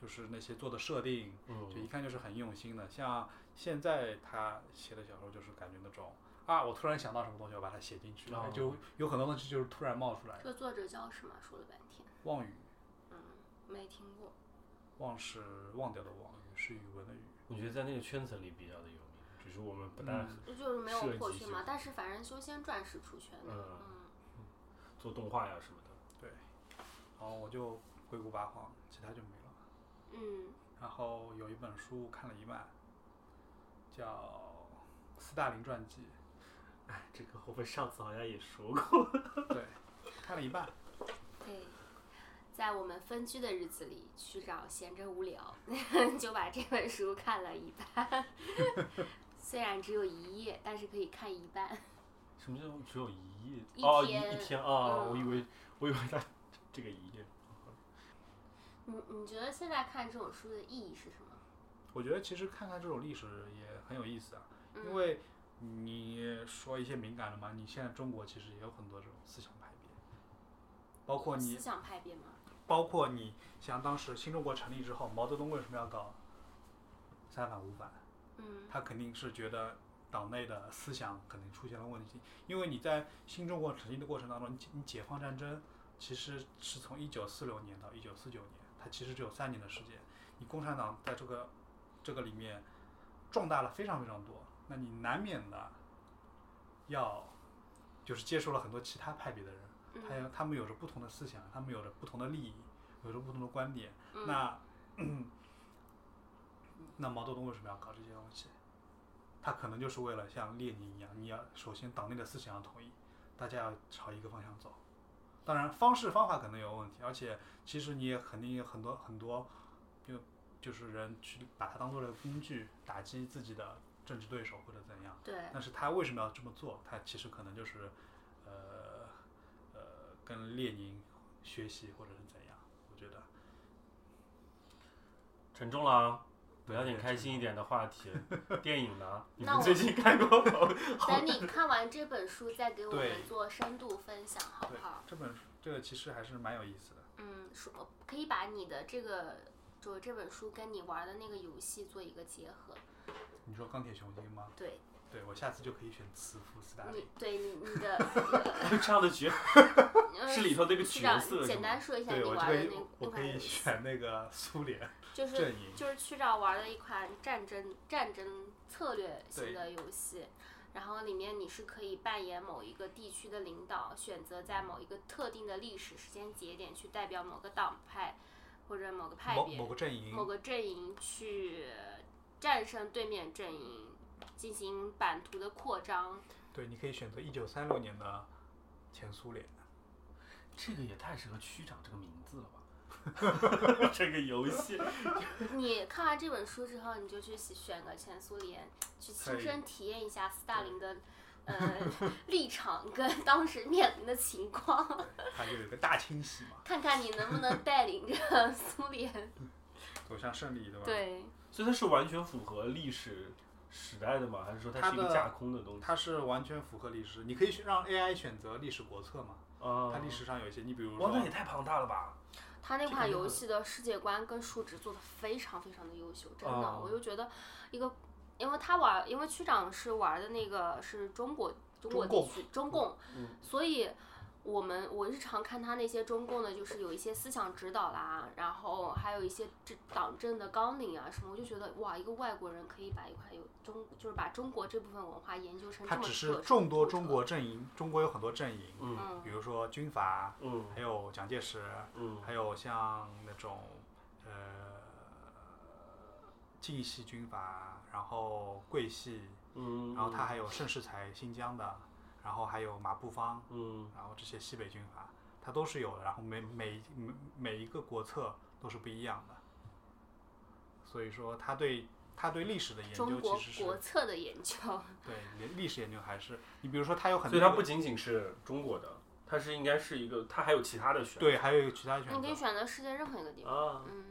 S2: 就是那些做的设定，
S3: 嗯
S2: 就一看就是很用心的。像现在他写的小说，就是感觉那种啊，我突然想到什么东西，我把它写进去，
S3: 哦
S2: 就有很多东西就是突然冒出来
S1: 这。个作者叫什么？说了半天，
S2: 妄语，
S1: 嗯，没听过。
S2: 忘是忘掉的忘，语是语文的语。
S3: 我觉得在那个圈层里比较的有名，只是我们不大
S2: 嗯
S1: 就是没有
S3: 设计
S1: 破圈
S3: 就
S1: 嘛
S3: 是，
S1: 但是反正修仙传是出圈的。
S3: 嗯
S1: 嗯，
S3: 做动画呀什么的。
S2: 然后我就鬼谷八荒，其他就没了。
S1: 嗯，
S2: 然后有一本书看了一半，叫《斯大林传记
S3: 哎，这个我们上次好像也说过。》，
S2: 对，看了一半。
S1: 对，在我们分居的日子里，区长闲着无聊， 就把这本书看了一半。 虽然只有一页，但是可以看一半。
S3: 什么叫只有一夜？
S1: 一
S3: 哦，
S1: 天
S3: 一一天啊！
S1: 嗯
S3: 我以为我以为他这个一夜。
S1: 你你觉得现在看这种书的意义是什么？
S2: 我觉得其实看看这种历史也很有意思啊，
S1: 嗯
S2: 因为你说一些敏感的嘛，你现在中国其实也有很多这种思想派别，包括你
S1: 思想派别吗？
S2: 包括你像当时新中国成立之后，毛泽东为什么要搞三反五反？
S1: 嗯
S2: 他肯定是觉得党内的思想可能出现了问题，因为你在新中国成立的过程当中，你解你解放战争其实是从一九四六年到一九四九年，它其实只有三年的时间。你共产党在这个这个里面壮大了非常非常多，那你难免的要就是接受了很多其他派别的人，他
S1: 嗯
S2: 有他们有着不同的思想，他们有着不同的利益，有着不同的观点。
S1: 嗯
S2: 那、那毛泽东为什么要搞这些东西？他可能就是为了像列宁一样，你要首先党内的思想要统一，大家要朝一个方向走。当然，方式方法可能有问题，而且其实你也肯定有很多很多，就就是人去把它当做了工具，打击自己的政治对手或者怎样。
S1: 对，
S2: 但是他为什么要这么做？他其实可能就是，呃呃，跟列宁学习或者是怎样？我觉得
S3: 沉重了啊，聊点开心一点的话题。 电影呢？你们最近 看过吗？
S1: 等你看完这本书再给我
S2: 对
S1: 们做深度分享，好不
S2: 对
S1: 好？
S2: 这本书这个其实还是蛮有意思的。
S1: 嗯，说可以把你的这个就这本书跟你玩的那个游戏做一个结合。
S2: 你说钢铁雄心吗？
S1: 对
S2: 对，我下次就可以选慈父斯大
S1: 你
S2: 林。，
S1: 对你你的
S3: 这样的角
S1: 呃
S3: 是里头那个
S1: 区
S3: 角
S1: 长
S3: 色是
S1: 简
S3: 吗
S1: 单说一下你
S2: 对我就
S1: 玩
S2: 可
S1: 的
S2: 以
S1: 那，
S2: 我
S1: 那
S2: 可
S1: 款
S2: 以
S1: 游戏，
S2: 选那个苏联
S1: 就是
S2: 阵营。
S1: 就是区长玩了一款战争战争策略型的游戏。然后里面你是可以扮演某一个地区的领导，选择在某一个特定的历史时间节点去代表某个党派，或者某个派
S2: 某
S1: 别、
S2: 某个阵营
S1: 某个阵营去战胜对面阵营，进行版图的扩张。
S2: 对，你可以选择一九三六年的前苏联。
S3: 这个也太适合区长这个名字了吧？ 这个游戏，
S1: 你看完这本书之后，你就去选个前苏联，去亲
S2: 可以
S1: 身体验一下斯大林的呃 立场跟当时面临的情况，
S2: 它就有一个大清洗嘛，
S1: 看看你能不能带领着 苏联。
S2: 走向胜利，对吧？，
S1: 对，
S3: 所以它是完全符合历史时代的吗？还是说它是一
S2: 它
S3: 个
S2: 的
S3: 架空的东西？
S2: 它是完全符合历史。你可以选让 AI 选择历史国策嘛？
S3: 啊，
S2: 它历史上有一些，你比如
S3: 哇，那
S2: 说
S3: 也，太庞大了吧！
S1: 他那
S3: 这个
S1: 款
S3: 就
S1: 游
S3: 很
S1: 戏的世界观跟数值做的非常非常的优秀，真的，
S3: 哦
S1: 我就觉得一个，因为他玩，因为区长是玩的那个是中国中国
S2: 中
S1: 地
S2: 共
S1: 区中共，
S3: 嗯
S1: 所以我们我日常看他那些中共的，就是有一些思想指导啦，然后还有一些这党政的纲领啊什么，我就觉得哇，一个外国人可以把一款有中就是把中国这部分文化研究成这
S2: 它
S1: 么
S2: 只
S1: 彻
S2: 是
S1: 底
S2: 众多
S1: 透彻
S2: 中，国阵营，中国有很多阵营，
S3: 嗯
S1: 嗯
S2: 比如说军阀，
S3: 嗯
S2: 还有蒋介石，
S3: 嗯
S2: 还有像那种呃晋系军阀，然后桂系，
S3: 嗯，
S2: 然后它还有盛世才新疆的，然后还有马步芳，
S3: 嗯
S2: 然后这些西北军阀，它都是有的。然后每每每每一个国策都是不一样的，所以说他对他对历嗯史的研
S1: 中
S2: 究
S1: 国
S2: 其实
S1: 国
S2: 是
S1: 策的研究，
S2: 对历历史研究还是你比如说他有很多
S3: 所以它不仅仅是中国的，它是应该是一个，它还有其他的选
S2: 对，还有其他选
S1: 你可以
S2: 择。
S1: 选择世界任何一个地方，
S3: 啊。
S1: 嗯。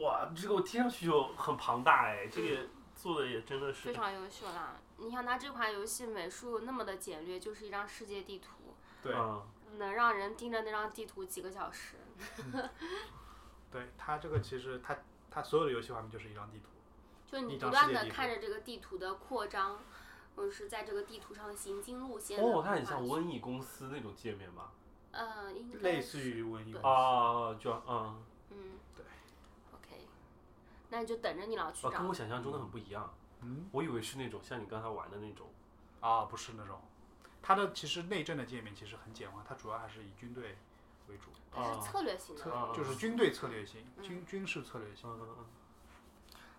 S3: 哇，这个我听上去就很庞大哎，这
S1: 嗯
S3: 个做的也真的
S1: 非
S3: 是
S1: 常优秀啦！你像它这款游戏美术那么的简略，就是一张世界地图，
S2: 对
S3: 嗯
S1: 能让人盯着那张地图几个小时。
S2: 对他这个其实他他所有的游戏画面就是一张地图，
S1: 就你
S2: 一
S1: 不
S2: 张
S1: 断
S2: 世界
S1: 的
S2: 地图
S1: 看着这个地图的扩张，或者是在这个地图上的行进路线。
S3: 哦，它很像。瘟疫公司那种界面吧？
S1: 嗯，应该是
S2: 类似于文艺
S1: 对
S2: 公司。
S3: 啊，就嗯，
S1: 嗯，
S2: 对。哦
S1: OK，那你就等着你老区
S3: 啊，跟
S1: 长
S3: 我。想象中的很不一样。
S2: 嗯
S3: 我以为是那种像你刚才玩的那种，
S2: 啊，不是那种，它的其实内政的界面其实很简化，它主要还是以军队为主，
S1: 它是
S3: 啊
S1: 策略型
S3: 策
S1: 的，
S3: 啊
S2: 就是军队策略性、
S1: 嗯
S2: 军军事策略性。
S3: 嗯嗯嗯，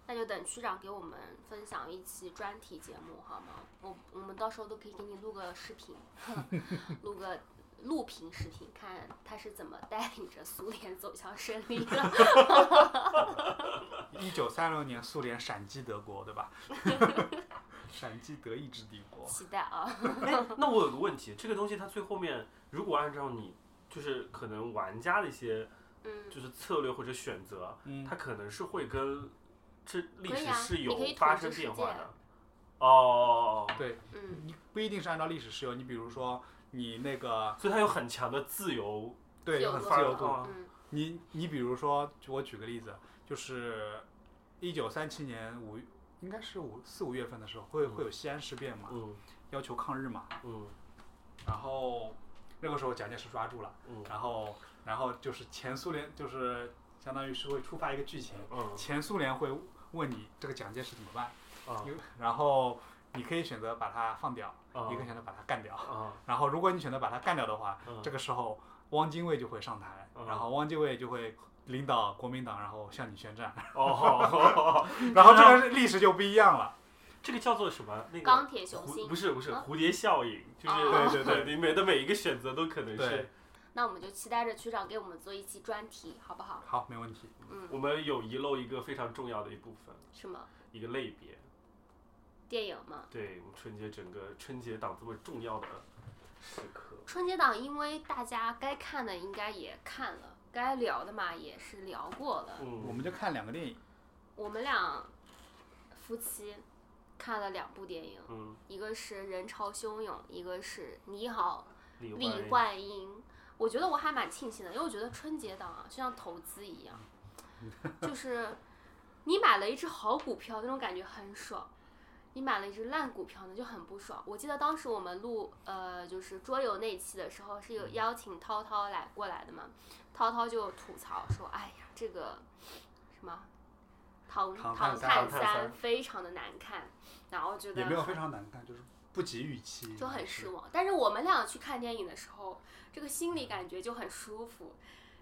S1: 那就等区长给我们分享一期专题节目好吗？我我们到时候都可以给你录个视频， 录个录屏视频，看他是怎么带领着苏联走向胜利的。
S2: 一九三六年，苏联闪击德国，对吧？ 闪击德意志帝国。
S1: 期待啊！
S3: 嗯那我有个问题，这个东西它最后面如果按照你就是可能玩家的一些
S1: 嗯，
S3: 就是策略或者选择，
S2: 嗯
S3: 它可能是会跟这历
S1: 可以
S3: 史
S1: 啊
S3: 是有
S1: 你可以统
S3: 发
S1: 治
S3: 生
S1: 世
S3: 变化
S1: 界
S3: 的。哦，
S2: 对，
S1: 嗯，
S2: 你不一定是按照历史事由，你比如说你那个
S3: 所以它有很强的自由
S2: 对
S1: 自由
S2: 有很
S1: 度
S2: 自由
S3: 啊
S2: 度。
S1: 嗯
S2: 你你比如说，就我举个例子，就是一九三七年五，应该是五四五月份的时候，会会有西安事变嘛，
S3: 嗯
S2: 要求抗日嘛，
S3: 嗯
S2: 然后那个时候蒋介石抓住了，
S3: 嗯
S2: 然后然后就是前苏联就是相当于是会触发一个剧情，
S3: 嗯
S2: 前苏联会问你这个蒋介石怎么办，
S3: 啊
S2: 有然后你可以选择把他放掉，
S3: 啊
S2: 你可以选择把他干掉，
S3: 啊
S2: 然后如果你选择把他干掉的话，
S3: 嗯
S2: 这个时候汪精卫就会上台，
S3: 嗯
S2: 然后汪精卫就会。领导国民党，然后向你宣战，
S3: 哦，
S2: 然后这个是历史就不一样了。
S3: 这个叫做什么？那个
S1: 钢铁雄
S3: 蝴
S1: 心
S3: 不。是不是
S1: 啊
S3: 蝴蝶效应，就是
S1: 哦
S2: 对对对
S3: 你每的每一个选择都可能是
S2: 对。
S1: 那我们就期待着区长给我们做一期专题，好不好？
S2: 好，没问题。
S1: 嗯，
S3: 我们有遗漏一个非常重要的一部分，
S1: 什么
S3: 一个类别。
S1: 电影吗？
S3: 对，我们春节整个春节档这么重要的时刻，
S1: 春节档，因为大家该看的应该也看了，该聊的嘛也是聊过了。
S2: 我
S3: 嗯，
S2: 们就看两个电影，
S1: 我们俩夫妻看了两部电影，
S3: 嗯，
S1: 一个是《人潮汹涌》，一个是《你好，
S3: 李
S1: 李
S3: 焕英
S1: 焕英》。我觉得我还蛮庆幸的，因为我觉得春节档啊，就像投资一 样，就是你买了一只好股票，那种感觉很爽。你买了一只烂股票呢，就很不爽。我记得当时我们录呃，就是桌游那期的时候，是
S2: 嗯
S1: 有邀请涛涛来过来的嘛。涛涛就吐槽说：“哎呀，这个什么唐
S2: 唐
S1: 唐
S2: 探三
S1: 探
S3: 唐探
S1: 三
S3: 三
S1: 非常的难看。”然后觉得
S2: 也没有
S1: 很
S2: 非常难看，就是不及预期，
S1: 就很
S2: 是
S1: 失望。但是我们俩去看电影的时候，这个心理感觉就很舒服，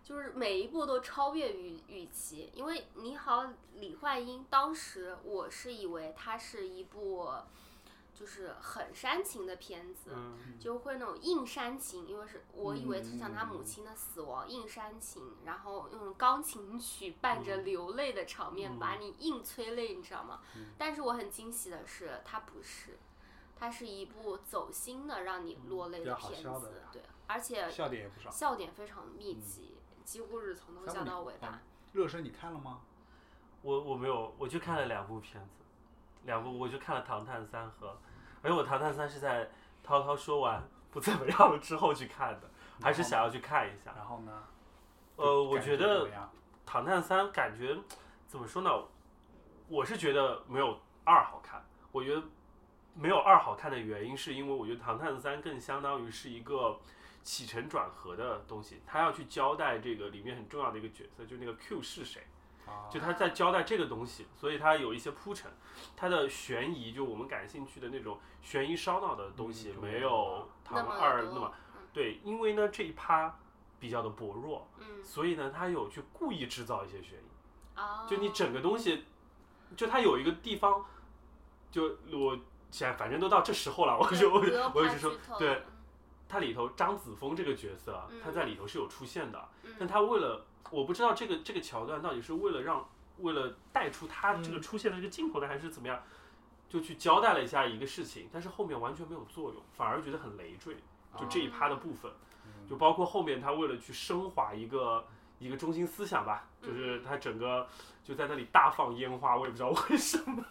S1: 就是每一步都超越预预期。因为《你好，李焕英》当时我是以为它是一部就是很煽情的片子，
S3: 嗯，
S1: 就会那种硬煽情，因为是我以为是讲他母
S2: 嗯
S1: 亲的死亡，硬煽情，然后用钢琴曲伴着流泪的场面、
S3: 嗯
S1: 把你硬催泪，你知道吗？
S2: 嗯
S1: 但是我很惊喜的是，它不是，它是一部走心的让你落泪
S2: 比较好
S1: 片
S2: 笑
S1: 子
S2: 的，
S1: 对，而且
S2: 笑点也不少。
S1: 笑点非常密集，几乎是从头
S2: 三
S1: 笑
S2: 部
S1: 到
S2: 里
S1: 尾吧。
S2: 热身你看了吗？
S3: 我我没有，我就看了两部片子，两部我就看了《唐探三》和，而且我《唐探三》是在涛涛说完不怎么样了之后去看的，还是想要去看一下。
S2: 然后呢？
S3: 呃，我
S2: 感
S3: 觉
S2: 怎
S3: 得
S2: 么样
S3: 《唐探三》感觉怎么说呢？我是觉得没有二好看。我觉得没有二好看的原因，是因为我觉得《唐探三》更相当于是一个起承转合的东西，他要去交代这个里面很重要的一个角色，就那个 Q 是谁。
S2: 啊，
S3: 就他在交代这个东西，所以他有一些铺陈，他的悬疑就我们感兴趣的那种悬疑烧脑的东西
S2: 嗯
S3: 没有《
S1: 那
S3: 唐
S1: 么
S3: 二》那
S1: 多
S3: 么对，因为呢这一趴比较的薄弱，
S1: 嗯，
S3: 所以呢他有去故意制造一些悬疑，
S1: 啊，
S3: 就你整个东西，就他有一个地方，就我想反正都到这时候了，我就
S1: 不用
S3: 我也
S1: 怕
S3: 是说
S1: 剧透
S3: 对
S1: 了，
S3: 他里头张子枫这个角色啊
S1: 嗯，
S3: 他在里头是有出现的，
S1: 嗯
S3: 但他为了我不知道这个这个桥段到底是为了让为了带出他这个出现的这个镜头呢，还是怎么样，就去交代了一下一个事情，但是后面完全没有作用，反而觉得很累赘。就这一趴的部分，
S2: 嗯
S3: 就包括后面他为了去升华一个一个中心思想吧，
S1: 嗯
S3: 就是他整个就在那里大放烟花，我也不知道为什么。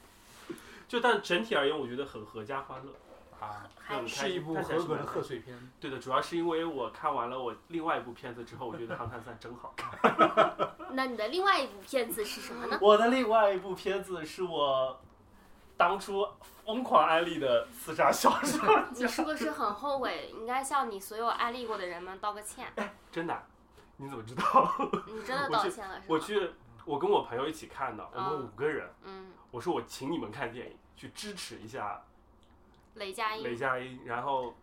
S3: 就但整体而言，我觉得很合家欢乐。
S2: 啊，
S1: 还
S3: 嗯
S1: 是
S3: 开
S2: 是一
S3: 心
S2: 部
S3: 看起来
S2: 合
S3: 是
S2: 格的
S3: 蛮
S2: 贺岁片。
S3: 对的，主要是因为我看完了我另外一部片子之后，我觉得《唐探三》真好。
S1: 那你的另外一部片子是什么呢？
S3: 我的另外一部片子是我当初疯狂安利的《刺杀小说
S1: 你是不是很后悔？应该向你所有安利过的人们道个歉。》，
S3: 真的啊？你怎么知道？
S1: 你真的
S3: 我
S1: 道
S3: 去
S1: 歉了是吗？
S3: 我去，我跟我朋友一起看的，我们
S1: 嗯
S3: 五个人，
S1: 嗯，
S3: 我说我请你们看电影，去支持一下
S1: 雷佳
S3: 雷
S1: 音，
S3: 佳音，然后。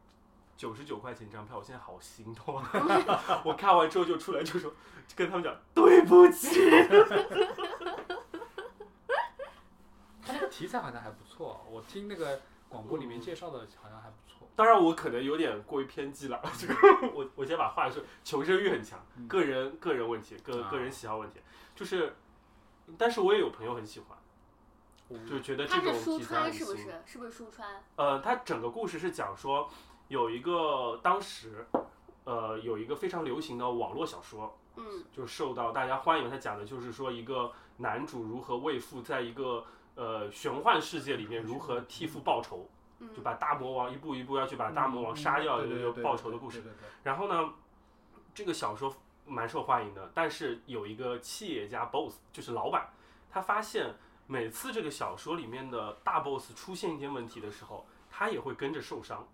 S3: 九十九块钱一张票，我现在好心痛啊。 我看完之后就出来就说，就跟他们讲对不起。
S2: 它那个题材好像还不错，我听那个广播里面介绍的好像还不错。
S3: 当然，我可能有点过于偏激了。 这个，我我先把话说，求生欲很强，
S2: 嗯
S3: 个人个人问题，个
S2: 啊
S3: 个人喜好问题，就是，但是我也有朋友很喜欢，
S2: 嗯
S3: 就觉得这
S1: 他
S3: 种
S1: 是舒
S3: 题材
S1: 川
S3: 很
S1: 是不
S3: 新。
S1: 是？是不是舒川？
S3: 呃，他整个故事是讲说，有一个当时，呃，有一个非常流行的网络小说，
S1: 嗯
S3: 就受到大家欢迎。他讲的就是说，一个男主如何为父在一个呃玄幻世界里面如何替父报仇，就
S1: 嗯，
S3: 把大魔王一步一步要去把大魔王杀掉，
S2: 嗯嗯对
S3: 有
S2: 对对
S3: 报仇的故事。
S2: 对对对
S3: 然后呢，这个小说蛮受欢迎的，但是有一个企业家 boss，就是老板，他发现每次这个小说里面的大 boss 出现一点问题的时候，他也会跟着受伤。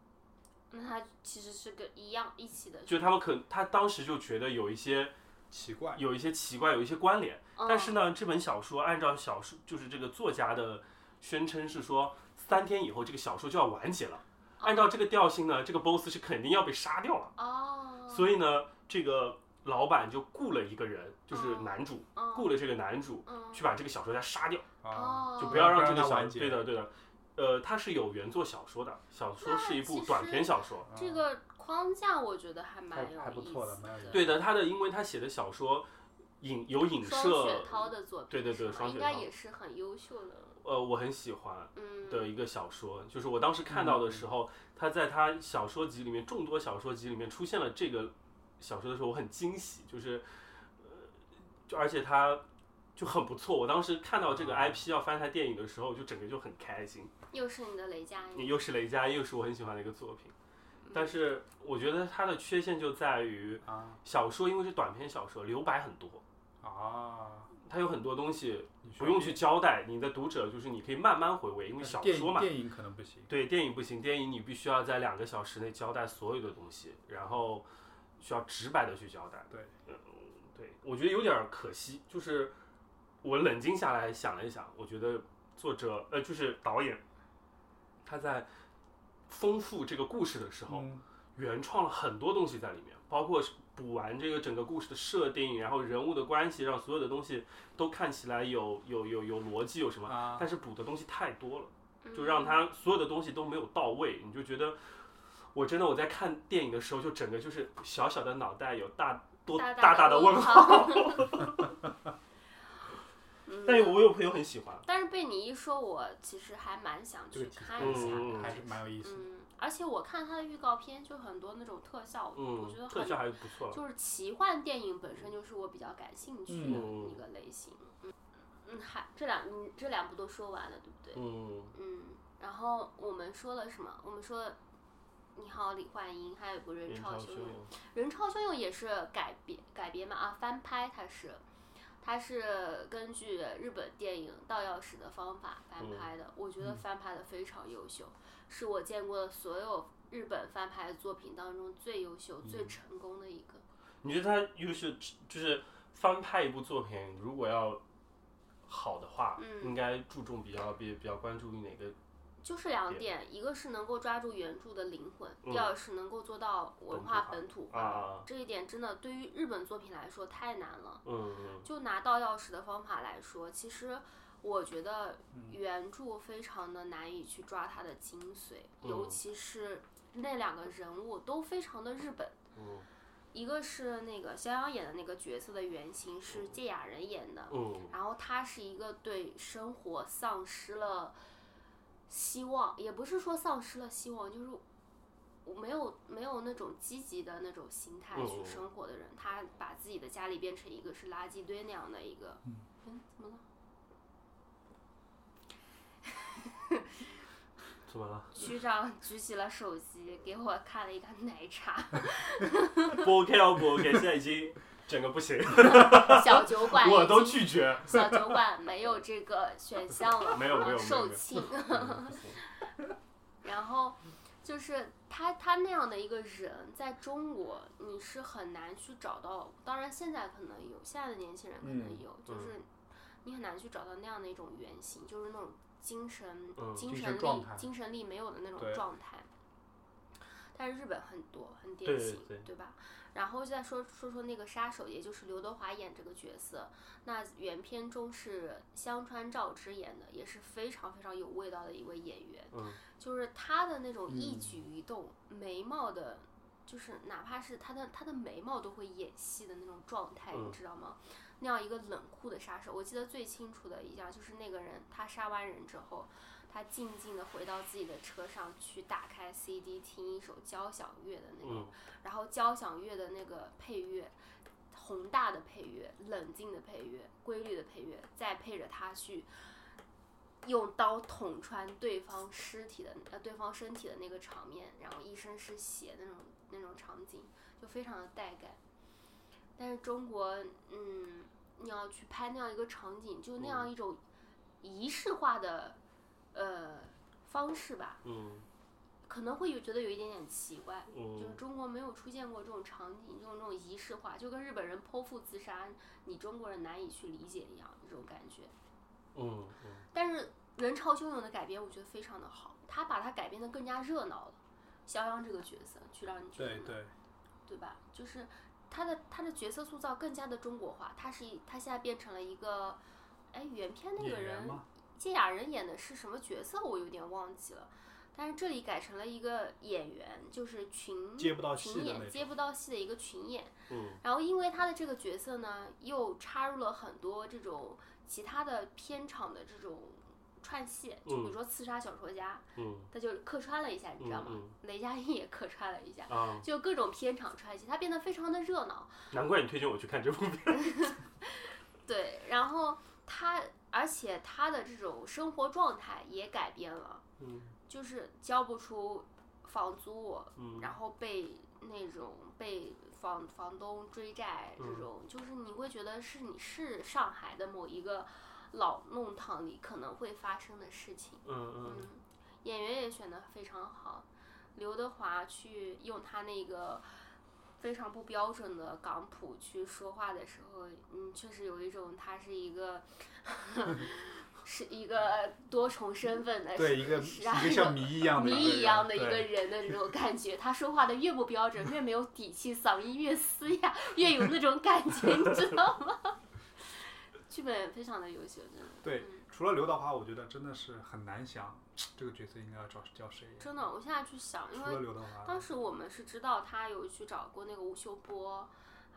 S1: 那他其实是个一样一起的，
S3: 就他们可他当时就觉得有一些
S2: 奇怪，
S3: 有一些奇怪，有一些关联。
S1: 嗯
S3: 但是呢，这本小说按照小说就是这个作家的宣称是说，三天以后这个小说就要完结了。按照这个调性呢，这个 boss 是肯定要被杀掉了。
S1: 哦，
S3: 所以呢，这个老板就雇了一个人，就是男主，
S1: 嗯
S3: 雇了这个男主
S1: 嗯
S3: 去把这个小说家杀掉，
S2: 啊，
S1: 哦
S3: 就不要让
S2: 不
S3: 这
S2: 让
S3: 个
S2: 它
S3: 小
S2: 完结
S3: 对的对的，呃，它是有原作小说的，小说
S1: 那
S3: 是一
S1: 其
S3: 部
S1: 实
S3: 短篇小
S2: 嗯
S3: 说。
S1: 这个框架我觉得还蛮
S2: 还
S1: 有
S2: 还不
S1: 意
S2: 错的
S1: 思
S2: 蛮有意思
S3: 对的，他的因为他写的小说影有影
S1: 双
S3: 射
S1: 雪，涛的作品，
S3: 对对对
S1: 是吗
S3: 双雪
S1: 应该
S3: 涛
S1: 也是很优秀的，
S3: 呃，我很喜欢
S1: 嗯，
S3: 的一个小说，就是我当时看到的时候，他在他小说集里面众多小说集里面出现了这个小说的时候，我很惊喜，就是，呃，就而且他就很不错。我当时看到这个 IP 要翻拍电影的时候，就整个就很开心，
S1: 又是你的雷佳音，
S3: 又是雷佳音，又是我很喜欢的一个作品。
S1: 嗯
S3: 但是我觉得它的缺陷就在于
S2: 啊
S3: 小说，因为是短篇小说，留白很多，
S2: 啊，
S3: 它有很多东西
S2: 你说
S3: 不用
S2: 电
S3: 去交代，你的读者就是你可以慢慢回味，因为
S2: 但是
S3: 小
S2: 呃电
S3: 说
S2: 影
S3: 嘛。
S2: 电影可能不行，
S3: 对，电影不行，电影你必须要在两个小时内交代所有的东西，然后需要直白的去交代。
S2: 对
S3: 嗯，对，我觉得有点儿可惜，就是我冷静下来想了一想，我觉得作者呃，就是导演，他在丰富这个故事的时候，
S2: 嗯
S3: 原创了很多东西在里面，包括是补完这个整个故事的设定，然后人物的关系，让所有的东西都看起来有有有有逻辑，有什么？
S2: 啊，
S3: 但是补的东西太多了，
S1: 嗯
S3: 就让他所有的东西都没有到位，你就觉得我真的我在看电影的时候，就整个就是小小的脑袋有大多
S1: 大
S3: 大
S1: 大
S3: 的问号，
S1: 号。嗯
S3: 但是我有朋友很喜欢，
S1: 但是被你一说，我其实还蛮想
S2: 这个
S1: 去
S2: 题
S1: 看
S2: 材
S1: 一下的。
S3: 嗯
S2: 还是蛮有意思的。
S1: 嗯，而且我看它的预告片，就很多那种特效，我
S3: 嗯
S1: 觉得，
S3: 特
S1: 很
S3: 效还是不错了，
S1: 就是奇幻电影本身就是我比较感兴趣的
S3: 嗯
S1: 一个类型。嗯嗯，还这两你这两部都说完了，对不对？
S3: 嗯，
S1: 嗯，然后我们说了什么？我们说了你好，李焕英，还有一部《人
S3: 人
S1: 潮
S3: 潮
S1: 汹
S3: 汹
S1: 涌》。
S3: 涌，
S1: 《人潮汹涌》也是改编改编嘛啊，翻拍它是，它是根据日本电影《盗钥匙》的方法翻拍的，我觉得翻拍的非常优秀，是我见过的所有日本翻拍的作品当中最优秀、最成功的一个。
S3: 你觉得他又是就是翻拍一部作品，如果要好的话，
S1: 嗯
S3: 应该注重比较比比较关注于哪个？
S1: 就是两点，一个是能够抓住原著的灵魂，
S3: 嗯
S1: 第二是能够做到文化本
S3: 本
S1: 土
S3: 土
S1: 化。
S3: 化啊
S1: 这一点真的对于日本作品来说太难了。
S3: 嗯嗯
S1: 就拿到钥匙的方法来说，其实我觉得
S3: 嗯
S1: 原著非常的难以去抓它的精髓，
S3: 嗯
S1: 尤其是那两个人物都非常的日本。
S3: 嗯
S1: 一个是那个逍遥演的那个角色的原型是芥雅人演的，
S3: 嗯
S1: 然后他是一个对生活丧失了希望，也不是说丧失了希望，就是我没有没有那种积极的那种心态
S3: 嗯
S1: 去生活的人，他把自己的家里变成一个是垃圾堆那样的一个，嗯，怎么了？
S3: 怎么了？
S1: 区长举起了手 机给我看了一个奶茶
S3: 不 OK 哦，不 OK，现在已经整个不行，
S1: 小酒馆已经，
S3: 我都拒绝。
S1: 小酒馆没有这个选项了，
S3: 没有没有没有
S1: 售罄。
S3: 嗯不行
S1: 然后就是他他那样的一个人，在中国你是很难去找到，当然现在可能有，现在的年轻人可
S3: 嗯
S1: 能有，就是你很难去找到那样的一种原型，就是那种精神、
S3: 嗯
S1: 精
S2: 精
S1: 神
S2: 神
S1: 力
S2: 状态
S1: 精神力没有的那种
S2: 对
S1: 状态。但是日本很多很典
S3: 对
S1: 型，
S3: 对
S1: 吧？然后再说说说那个杀手，也就是刘德华演这个角色，那原片中是香川照之演的，也是非常非常有味道的一位演员。
S3: 嗯
S1: 就是他的那种一举一动，眉毛的，就是哪怕是他的他的眉毛都会演戏的那种状态，
S3: 嗯
S1: 你知道吗？那样一个冷酷的杀手，我记得最清楚的一样就是那个人，他杀完人之后，他静静的回到自己的车上去打开 CD 听一首交响乐的那个，
S3: 嗯
S1: 然后交响乐的那个配乐。宏大的配乐、冷静的配乐、规律的配乐，再配着他去用刀捅穿对方尸体的呃对方身体的那个场面，然后一身是血那种那种场景，就非常的带感。但是中国，嗯，你要去拍那样一个场景，就那样一种仪式化的、呃方式吧，
S3: 嗯
S1: 可能会有觉得有一点点奇怪。就是
S3: 嗯，
S1: 中国没有出现过这种场景，这种这种仪式化，就跟日本人剖腹自杀，你中国人难以去理解一样，这种感觉。
S3: 嗯嗯
S1: 但是《人潮汹涌》的改编，我觉得非常的好，他把它改编的更加热闹了。肖央这个角色，去让你觉得
S2: 对对，
S1: 对吧？就是他的他的角色塑造更加的中国化，他是一他现在变成了一个，哎，原片那个
S2: 演员
S1: 人
S2: 嘛，
S1: 芥雅人演的是什么角色，我有点忘记了。但是这里改成了一个演员，就是群
S2: 接不到戏
S1: 群
S2: 的那
S1: 嗯演，
S2: 种
S1: 接不到戏的一个群演。
S3: 嗯
S1: 然后因为他的这个角色呢，又插入了很多这种其他的片场的这种串戏，就比如说《刺杀小说家》
S3: 嗯
S1: 他就客串了一下，你知道吗？
S3: 嗯
S1: 雷佳音也客串了一下，
S3: 啊，
S1: 就各种片场串戏，他变得非常的热闹。
S3: 难怪你推荐我去看这部片。
S1: 对，然后他，而且他的这种生活状态也改变了，
S3: 嗯
S1: 就是交不出房租，
S3: 嗯
S1: 然后被那种被房房东追债这
S3: 嗯
S1: 种，就是你会觉得是你是上海的某一个老弄堂里可能会发生的事情。
S3: 嗯
S1: 嗯，演员也选的非常好，刘德华去用他那个非常不标准的港普去说话的时候，嗯，确实有一种他是一个。 是一个多重身份的，
S2: 对一个
S1: 是
S2: 一
S1: 啊
S2: 个像谜一样的
S1: 谜
S2: 一
S1: 一样的一
S2: 人
S1: 个
S2: 对
S1: 人的那种感觉。他说话的越不标准，越没有底气，嗓音越嘶哑，越有那种感觉，你知道吗？ 剧本非常的优秀，真的。
S2: 对，除了刘德华，我觉得真的是很难想这个角色应该要找叫谁。
S1: 真的，我现在去想，因
S2: 除
S1: 为
S2: 了刘德华，
S1: 当时我们是知道他有去找过那个吴秀波，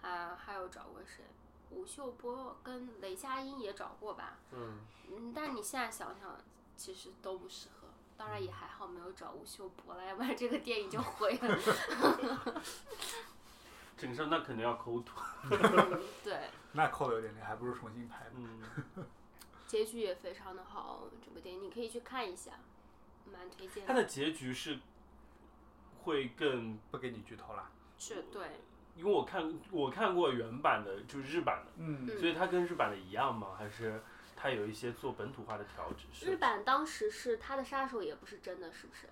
S1: 啊，还有找过谁？吴秀波跟雷佳音也找过吧？
S3: 嗯，
S1: 嗯，但你现在想想，其实都不适合。当然也还好没有找吴秀波了，要不然这个电影就毁了。
S3: 整身那肯定要抠图。
S1: 嗯对，
S2: 那扣的有点厉害，还不如重新拍。
S3: 嗯，
S1: 结局也非常的好，这部电影你可以去看一下，蛮推荐
S3: 它
S1: 的。
S3: 的结局是会更
S2: 不给你剧透啦。
S1: 是对，
S3: 因为我看我看过原版的，就是日版
S2: 嗯
S3: 的，
S1: 嗯
S3: 所以它跟日版的一样吗？还是它有一些做本土化的调整？是
S1: 日版当时是他的杀手也不是真的，是不是？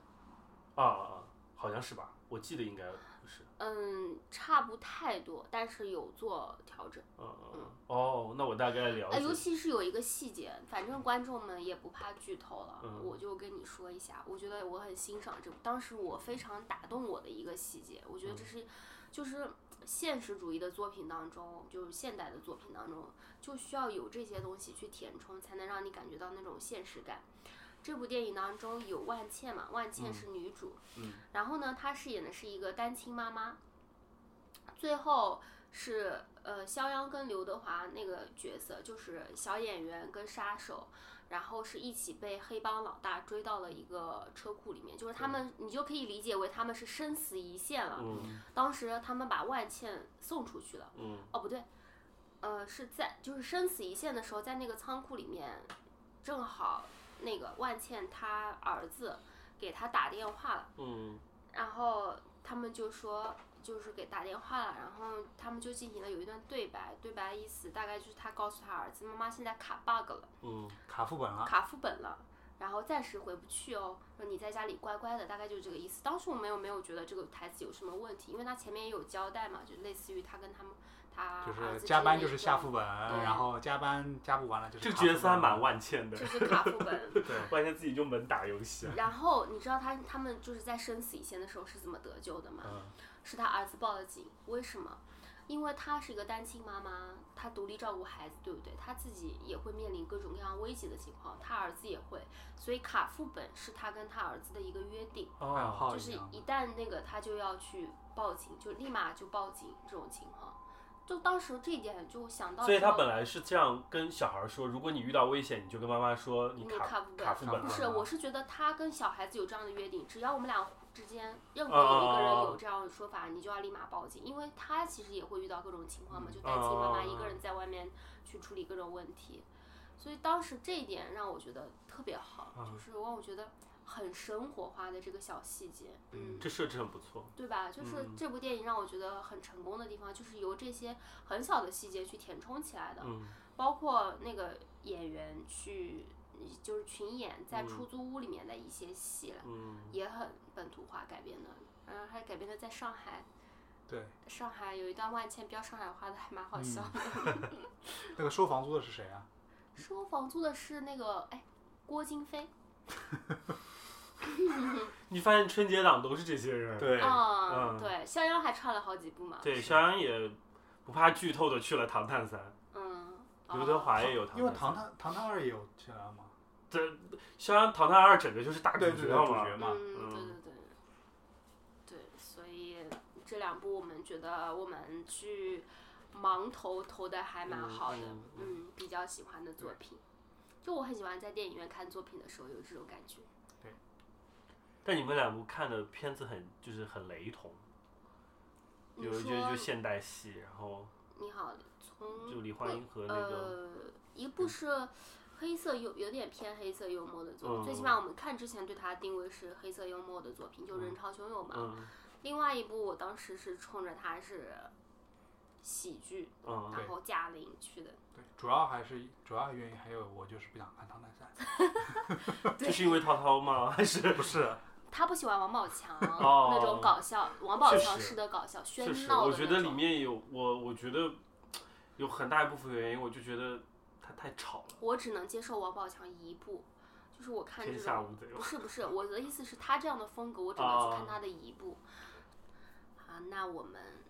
S3: 啊啊，啊好像是吧？我记得应该不是。
S1: 嗯，差不太多，但是有做调整。
S3: 嗯嗯嗯哦，那我大概了
S1: 哎，
S3: 解
S1: 尤。其是有一个细节，反正观众们也不怕剧透了，
S3: 嗯
S1: 我就跟你说一下，我觉得我很欣赏这部，当时我非常打动我的一个细节，我觉得这
S3: 嗯
S1: 是，就是现实主义的作品当中，就是现代的作品当中，就需要有这些东西去填充，才能让你感觉到那种现实感。这部电影当中有万茜嘛，万茜是女主，
S3: 嗯
S1: 然后呢，她饰演的是一个单亲妈妈。最后是呃，肖央跟刘德华那个角色，就是小演员跟杀手，然后是一起被黑帮老大追到了一个车库里面，就是他们，你就可以理解为他们是生死一线了。
S3: 嗯
S1: 当时他们把万茜送出去了，
S3: 嗯
S1: 哦不对，呃是在就是生死一线的时候，在那个仓库里面，正好那个万茜她儿子给她打电话了。
S3: 嗯
S1: 然后他们就说，就是给打电话了，然后他们就进行了有一段对白，对白意思大概就是他告诉他儿子，妈妈现在卡 bug 了，
S3: 嗯
S2: 卡副本了，
S1: 卡副本了。然后暂时回不去哦，说你在家里乖乖的，大概就是这个意思。当时我们又没有觉得这个台词有什么问题，因为他前面也有交代嘛，就类似于他跟他们他
S2: 就
S1: 儿
S2: 是
S1: 子
S2: 加班
S1: 之
S2: 就
S1: 间
S2: 是
S1: 的
S2: 下
S1: 一
S2: 副本，
S1: 对
S2: 然后加班加不完了就是
S3: 这个
S2: 卡副
S3: 角色还
S2: 本
S3: 蛮万千的
S1: 段，就是卡副本，
S2: 对，
S3: 万千自己用门打游戏。
S1: 然后你知道他他们就是在生死一线的时候是怎么得救的吗？
S3: 嗯
S1: 是他儿子报的警，为什么？因为她是一个单亲妈妈，她独立照顾孩子，对不对？她自己也会面临各种各样危急的情况，她儿子也会，所以卡副本是她跟她儿子的一个约定，
S2: 暗
S3: 哦，
S2: 号
S1: 嗯就是
S2: 一样的
S1: 一旦那个她就要去报警，就立马就报警这种情况。就当时这一点就想到，
S3: 所以他本来是这样跟小孩说：如果你遇到危险，你就跟妈妈说你
S1: 你
S3: 卡
S1: 卡副本
S3: 卡副本啊
S1: 不
S3: 了。
S1: 是，我是觉得他跟小孩子有这样的约定，只要我们俩之间
S3: 啊
S1: 任何一个人有这样的说法，你就要立马报警，因为他其实也会遇到各种情况
S3: 嗯
S1: 嘛，就担心妈妈一个
S3: 啊
S1: 人在外面去处理各种问题，所以当时这一点让我觉得特别好，
S3: 啊
S1: 就是让我觉得很生活化的这个小细节，嗯。
S3: 这嗯设置很不错。
S1: 对吧？就是这部电影让我觉得很成功的地方，就是由这些很小的细节去填充起来的。
S3: 嗯
S1: 包括那个演员去就是群演在出租屋里面的一些戏了，
S3: 嗯。
S1: 也很本土化改编的，嗯，还改编的在上海，
S2: 对。
S1: 上海有一段万千飙上海话的还蛮好笑
S3: 嗯
S1: 的。
S2: 那个收房租的是谁啊？
S1: 收房租的是那个哎郭京飞
S3: 你发现春节档都是这些人。
S2: 对
S1: 啊，
S3: 嗯
S1: 对，肖央还唱了好几部嘛，
S3: 对，肖央也不怕剧透的去了《唐探三
S1: 嗯，》，
S3: 刘德华也有《
S2: 因为《唐
S3: 唐探
S2: 探唐探二》也有这样嘛，
S3: 三》。这肖央《唐探二》整个就是大主
S2: 对对
S3: 角
S2: 对，主角
S3: 嘛。
S1: 哦
S2: 嘛，
S1: 嗯，对对对。对，所以这两部我们觉得我们去盲投投的还蛮好的，
S3: 嗯嗯
S1: 嗯，比较喜欢的作品。就我很喜欢在电影院看作品的时候有这种感觉。
S3: 但你们两部看的片子很就是很雷同，
S1: 你
S3: 有一些
S1: 说嗯
S3: 就现代戏，然后
S1: 你好，从
S3: 就李焕英和那个嗯
S1: 呃一部是黑色有有点偏黑色幽默的作品，
S3: 嗯
S1: 最起码我们看之前对它定位是黑色幽默的作品，就《人潮汹涌》嘛。
S3: 嗯
S1: 另外一部我当时是冲着它是喜剧，
S3: 嗯
S1: 然后贾玲去的。
S2: 对，主要还是主要原因还有我就是不想看《唐探 三
S3: 这是因为涛涛吗？还嗯是》，
S2: 不是，
S1: 他不喜欢王宝强、
S3: 哦
S1: 那种搞笑，王宝强
S3: 确实
S1: 式的搞笑，喧
S3: 确实，
S1: 闹
S3: 我
S1: 的
S3: 觉
S1: 那
S3: 得
S1: 种
S3: 里面有我，我觉得有很大一部分原因，我就觉得他太吵了，
S1: 我只能接受王宝强一部，就是我看
S3: 天
S1: 这
S3: 下
S1: 种
S3: 无贼
S1: 不是不是，我的意思是，他这样的风格，我只能去看
S3: 啊
S1: 他的一部。啊，那我们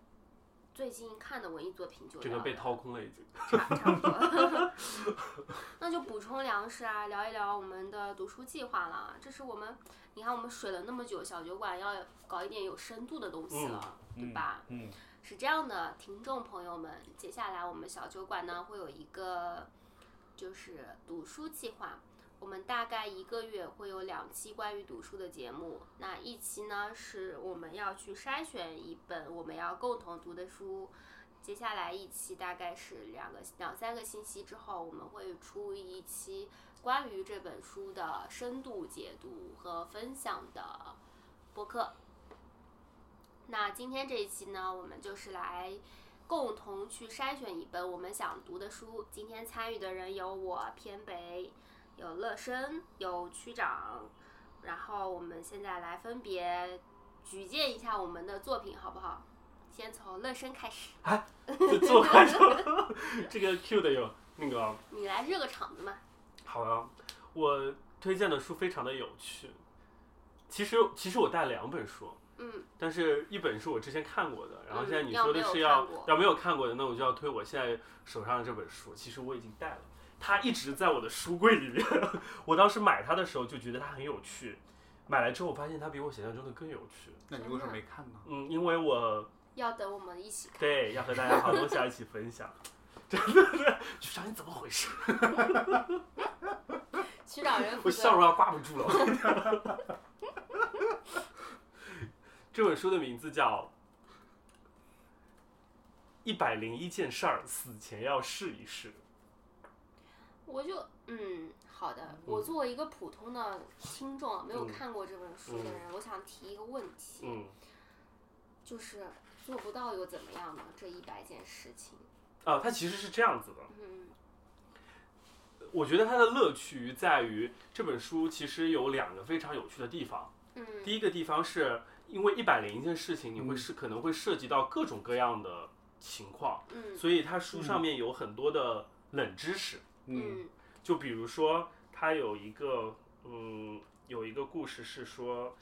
S1: 最近看的文艺作品就
S3: 整个
S1: 聊
S3: 被
S1: 聊
S3: 掏空 了已经。
S1: 差差不 多。那就补充粮食啊，聊一聊我们的读书计划了。这是我们，你看我们水了那么久，小酒馆要搞一点有深度的东西了，对吧？
S2: 嗯，
S1: 是这样的，听众朋友们，接下来我们小酒馆呢会有一个就是读书计划，我们大概一个月会有两期关于读书的节目。那一期呢是我们要去筛选一本我们要共同读的书，接下来一期大概是两个两三个星期之后，我们会出一期关于这本书的深度解读和分享的播客。那今天这一期呢，我们就是来共同去筛选一本我们想读的书。今天参与的人有我偏北，有乐生，有区长。然后我们现在来分别举荐一下我们的作品，好不好？先从乐生开始，
S3: 就做快手，这个 Q 的有那个
S1: 你来热个场子嘛。
S3: 好了，我推荐的书非常的有趣。其实其实我带了两本书，
S1: 嗯，
S3: 但是一本是我之前看过的，然后
S1: 嗯
S3: 现在你
S1: 要
S3: 说
S1: 没
S3: 的
S1: 有看
S3: 是要
S1: 过
S3: 要没有看过的，那我就要推我现在手上的这本书。其实我已经带了，它一直在我的书柜里面。 我当时买它的时候就觉得它很有趣，买来之后发现它比我想象中的更有趣。
S2: 那你为什么没看呢？
S3: 嗯，因为我
S1: 要等我们一起看。
S3: 对，要和大家好东西要一起分享。 真的，局长你怎么回事？
S1: 区长人负
S3: 我笑
S1: 责
S3: 容要挂不住了。 这本书的名字叫《一百零一件事儿，死前要试一试》。
S1: 我就嗯，好的。我作为一个普通的听众，啊没有
S3: 嗯
S1: 看过这本书的人，我想提一个问题。
S3: 嗯，
S1: 就是做不到又怎么样呢？这一百件事情，
S3: 啊，它其实是这样子的。
S1: 嗯
S3: 我觉得它的乐趣在于这本书其实有两个非常有趣的地方。
S1: 嗯
S3: 第一个地方是因为一百零一件事情，你会
S2: 嗯
S3: 是可能会涉及到各种各样的情况，
S1: 嗯
S3: 所以它书上面有很多的冷知识。
S1: 嗯
S3: 就比如说，它有一个嗯，有一个故事是说，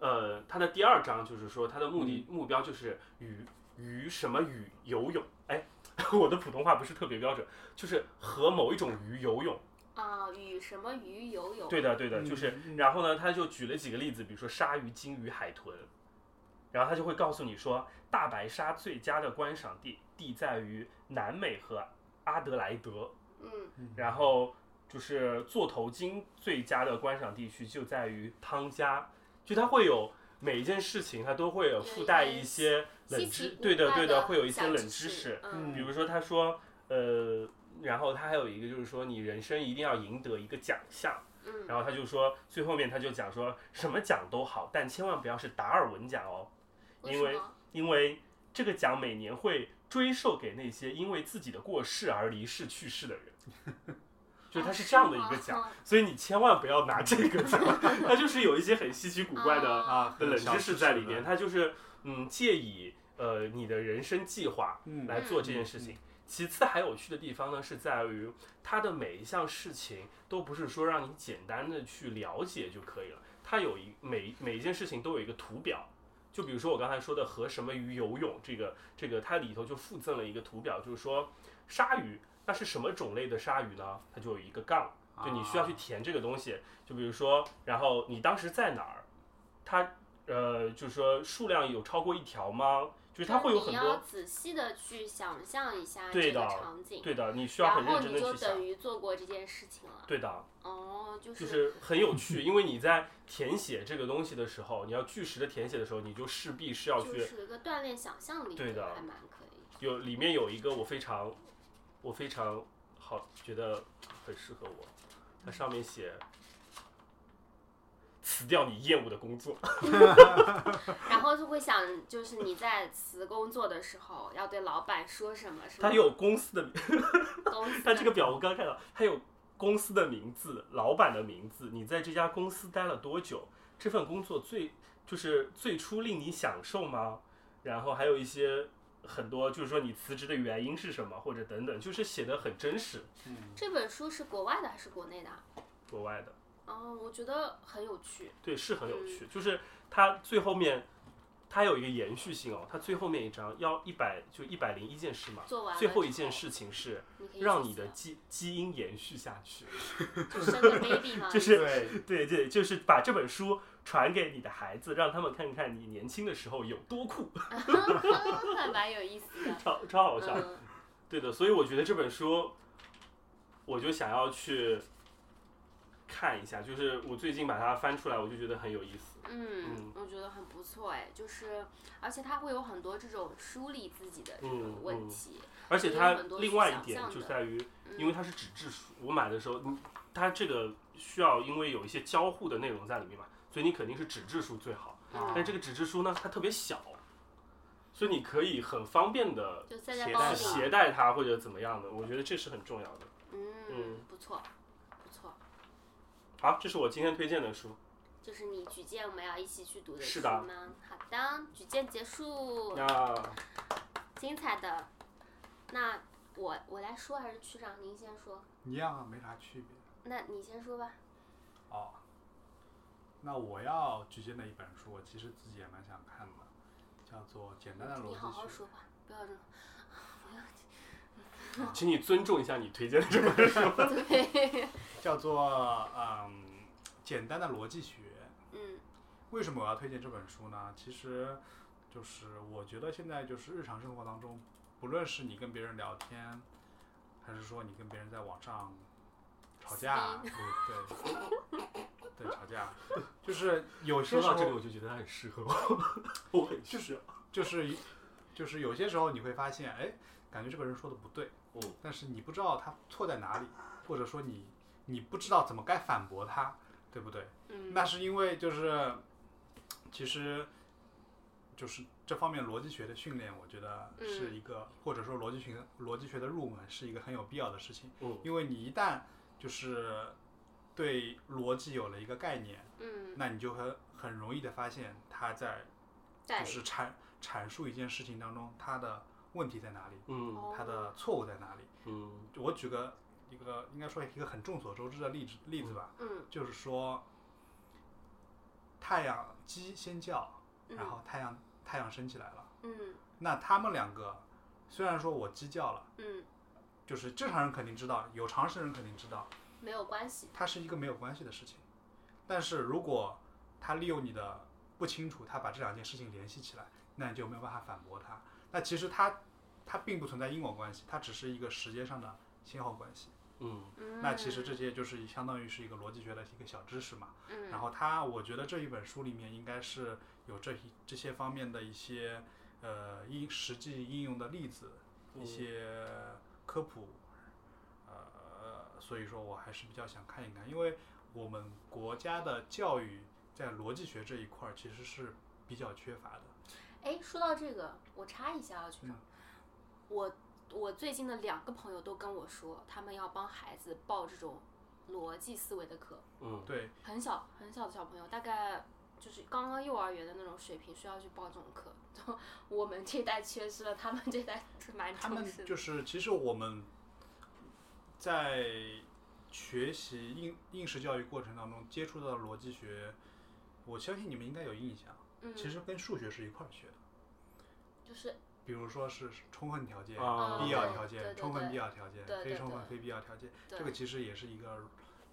S3: 呃，它的第二章就是说，它的目的、
S2: 嗯
S3: 目标就是与与什么鱼游泳。哎， 我的普通话不是特别标准，就是和某一种鱼游泳。
S1: 啊，与什么鱼游泳？
S3: 对的，对的，就是。
S2: 嗯
S3: 然后呢，他就举了几个例子，比如说鲨鱼、金鱼、海豚，然后他就会告诉你说，大白鲨最佳的观赏地地在于南美和阿德莱德。
S1: 嗯
S3: 然后就是座头鲸最佳的观赏地区就在于汤加，就它会有每一件事情，它都会有附带一些冷
S1: 稀
S3: 知，
S1: 奇古
S3: 对的
S1: 怪
S3: 对
S1: 的
S3: 的，会有一些
S1: 小
S3: 冷
S1: 知
S3: 知识，
S1: 嗯
S3: 比如说他说，呃，然后他还有一个就是说，你人生一定要赢得一个奖项，
S1: 嗯
S3: 然后他就说最后面他就讲说什么奖都好，但千万不要是达尔文奖哦，因
S1: 为什么？
S3: 因为这个奖每年会追授给那些因为自己的过世而离世去世的人，就
S1: 哦
S3: 它是这样的一个 奖，
S1: 啊，
S3: 所以你千万不要拿这个奖，它就是有一些很稀奇古怪的
S2: 啊，
S3: 的冷
S2: 小
S3: 知识在里面，。它就是嗯借以呃你的人生计划
S2: 嗯，
S3: 来做这件事情。其次还有趣的地方呢，是在于它的每一项事情都不是说让你简单的去了解就可以了，它有一每每一件事情都有一个图表。就比如说我刚才说的和什么鱼游泳，这个这个它里头就附赠了一个图表，就是说鲨鱼那是什么种类的鲨鱼呢？它就有一个杠，就你需要去
S2: 啊
S3: 填这个东西。就比如说，然后你当时在哪儿？它呃，就是说数量有超过一条吗？就是它会有很
S1: 你要
S3: 多
S1: 仔细的去想象一下
S3: 对
S1: 这
S3: 的
S1: 个场景，
S3: 对的，你需要很
S1: 然后
S3: 认真
S1: 你
S3: 的
S1: 就
S3: 去想
S1: 等。于做过这件事情了。
S3: 对的，
S1: 哦，就
S3: 就是是很有 趣，因为你在填写这个东西的时候，你要据实的填写的时候，你就势必是要
S1: 就
S3: 去
S1: 是一个锻炼想象力，
S3: 对的
S1: 还蛮可以。
S3: 有里面有一个我非常我非常好觉得很适合我，它上面写辞掉你厌恶的工作，
S1: 然后就会想，就是你在辞工作的时候要对老板说什么？是吗
S3: 它有公司的
S1: 公司
S3: 它这个表我刚看到，它有公司的名字、老板的名字，你在这家公司待了多久？这份工作最就是最初令你享受吗？然后还有一些很多，就是说你辞职的原因是什么，或者等等，就是写的很真实。
S2: 嗯
S1: 这本书是国外的还是国内的啊？
S3: 国外的，
S1: 哦，我觉得很有趣。
S3: 对，是很有
S1: 嗯
S3: 趣。就是它最后面，它有一个延续性哦。它最后面一章要一百，就一百零一件事嘛。
S1: 做完了
S3: 最后一
S1: 之
S3: 件
S1: 后
S3: 事情是
S1: 你可以
S3: 让
S1: 去
S3: 你的
S1: 死
S3: 基基因延续下去。
S1: 就生个 baby 嘛，
S3: 就是
S4: 对，
S3: 对对，就是把这本书传给你的孩子，让他们看看你年轻的时候有多酷，
S1: 还蛮有意思的。
S3: 超超好笑。
S1: 嗯，
S3: 对的，所以我觉得这本书，我就想要去看一下，就是我最近把它翻出来，我就觉得很有意思。
S1: 嗯，我觉得很不错哎，就是而且他会有很多这种梳理自己的这种问题，
S3: 嗯而且
S1: 也有
S3: 它
S1: 很多
S3: 另
S1: 是
S3: 外一
S1: 想
S3: 点
S1: 象
S3: 就
S1: 的
S3: 在于，
S1: 嗯
S3: 因为它是纸质书，我买的时候，你它这个需要因为有一些交互的内容在里面嘛，所以你肯定是纸质书最好。
S2: 啊
S1: 嗯
S3: 但这个纸质书呢，它特别小，所以你可以很方便的
S1: 就塞在
S2: 携
S1: 包
S2: 带
S1: 里，
S2: 嘛
S3: 携带它或者怎么样的，我觉得这是很重要的。
S1: 嗯，不错，不错，
S3: 好，这是我今天推荐的书，
S1: 这是你举荐我们要一起去读的
S3: 是
S1: 书
S3: 的
S1: 吗？好的，举荐结束，
S3: 那
S1: 精彩的。那我我来说还是区长您先说？
S2: 一样啊，没啥区别。
S1: 那你先说吧。
S2: 哦，那我要举荐的一本书，我其实自己也蛮想看的，叫做《简单的逻
S1: 你好好
S2: 辑学
S1: 说话，不要这种。
S3: 请你尊重一下你推荐的这本书。
S1: 对，》，
S2: 叫做嗯，简单的逻辑学。
S1: 嗯
S2: 为什么我要推荐这本书呢？其实就是我觉得现在就是日常生活当中，不论是你跟别人聊天，还是说你跟别人在网上吵架，对对 对吵架，就是有些
S3: 说
S2: 时
S3: 到
S2: 候
S3: 这个，我就觉得它很适合我， 我很
S2: 就
S3: 适
S2: 是就是就是有些时候你会发现，哎，感觉这个人说的不对，
S3: 合。嗯，
S2: 但是你不知道他错在哪里，或者说你你不知道怎么该反驳他，对不对？
S1: 嗯，
S2: 那是因为就是，其实就是这方面逻辑学的训练，我觉得
S1: 嗯
S2: 是一个，或者说逻辑学逻辑学的入门是一个很有必要的事情，
S3: 嗯
S2: 因为你一旦就是对逻辑有了一个概念，
S1: 嗯，
S2: 那你就很很容易的发现它在
S1: 对
S2: 就，是阐阐述一件事情当中它的问题在哪里，
S3: 嗯
S1: 哦
S2: 它的错误在哪里。
S3: 嗯
S2: 我举个一个应该说一个很众所周知的例子例子吧，
S1: 嗯
S2: 就是说太阳鸡先叫，然后太阳太阳升起来了。
S1: 嗯
S2: 那他们两个虽然说我鸡叫了，
S1: 嗯，
S2: 就是正常人肯定知道，有常识人肯定知道，
S1: 没有关系。
S2: 它是一个没有关系的事情。但是如果他利用你的不清楚，他把这两件事情联系起来，那你就没有办法反驳他。那其实他它并不存在因果关系，它只是一个时间上的先后关系。
S3: 嗯
S1: 嗯，
S2: 那其实这些就是相当于是一个逻辑学的一个小知识嘛。
S1: 嗯，
S2: 然后它，我觉得这一本书里面应该是有这一这些方面的一些呃应实际应用的例子，一
S3: 嗯
S2: 些科普，呃，所以说我还是比较想看一看，因为我们国家的教育在逻辑学这一块儿其实是比较缺乏的。
S1: 哎，说到这个，我插一下啊，局
S2: 嗯
S1: 长，我我最近的两个朋友都跟我说，他们要帮孩子报这种逻辑思维的课，
S3: 嗯
S2: 对，
S1: 很小很小的小朋友，大概就是刚刚幼儿园的那种水平，需要去报这种课。 我们这代缺失了，他们这代是蛮
S2: 他
S1: 重
S2: 们
S1: 视的。
S2: 就是其实我们在学习应应试教育过程当中接触到的逻辑学，我相信你们应该有印象，
S1: 嗯，
S2: 其实跟数学是一块儿学的。
S1: 就是
S2: 比如说是充分条件、
S3: 啊
S2: 必要条
S1: 对对对
S2: 件、充分必要条件
S1: 对、对
S2: 非充分
S1: 对
S2: 非必要条件，
S1: 对
S2: 这个其实也是一个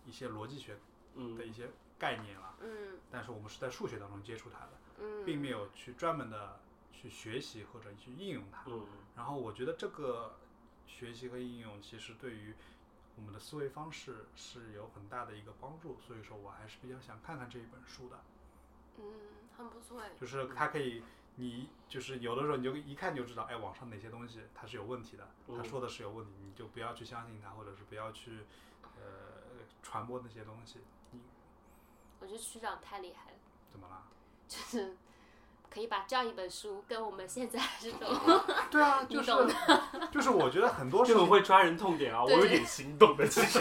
S2: 一些逻辑学的一
S3: 嗯
S2: 些概念了。
S1: 嗯
S2: 但是我们是在数学当中接触它的，
S1: 嗯，
S2: 并没有去专门的去学习或者去应用它。
S3: 嗯
S2: 然后我觉得这个学习和应用其实对于我们的思维方式是有很大的一个帮助，所以说我还是比较想看看这一本书的，
S1: 嗯，很不错哎。
S2: 就是它可以。你就是有的时候你就一看就知道，哎，网上哪些东西它是有问题的，他
S3: 嗯
S2: 说的是有问题，你就不要去相信他，或者是不要去呃传播那些东西。
S1: 我觉得区长太厉害了，
S2: 怎 么了？
S1: 就是可以把这样一本书跟我们现在这种。
S2: 对啊，
S1: 你
S2: 就是
S1: 懂
S2: 就是，我觉得很多事
S3: 这个
S2: 情
S3: 会抓人痛点啊，我
S1: 对
S3: 有点心动的，其实。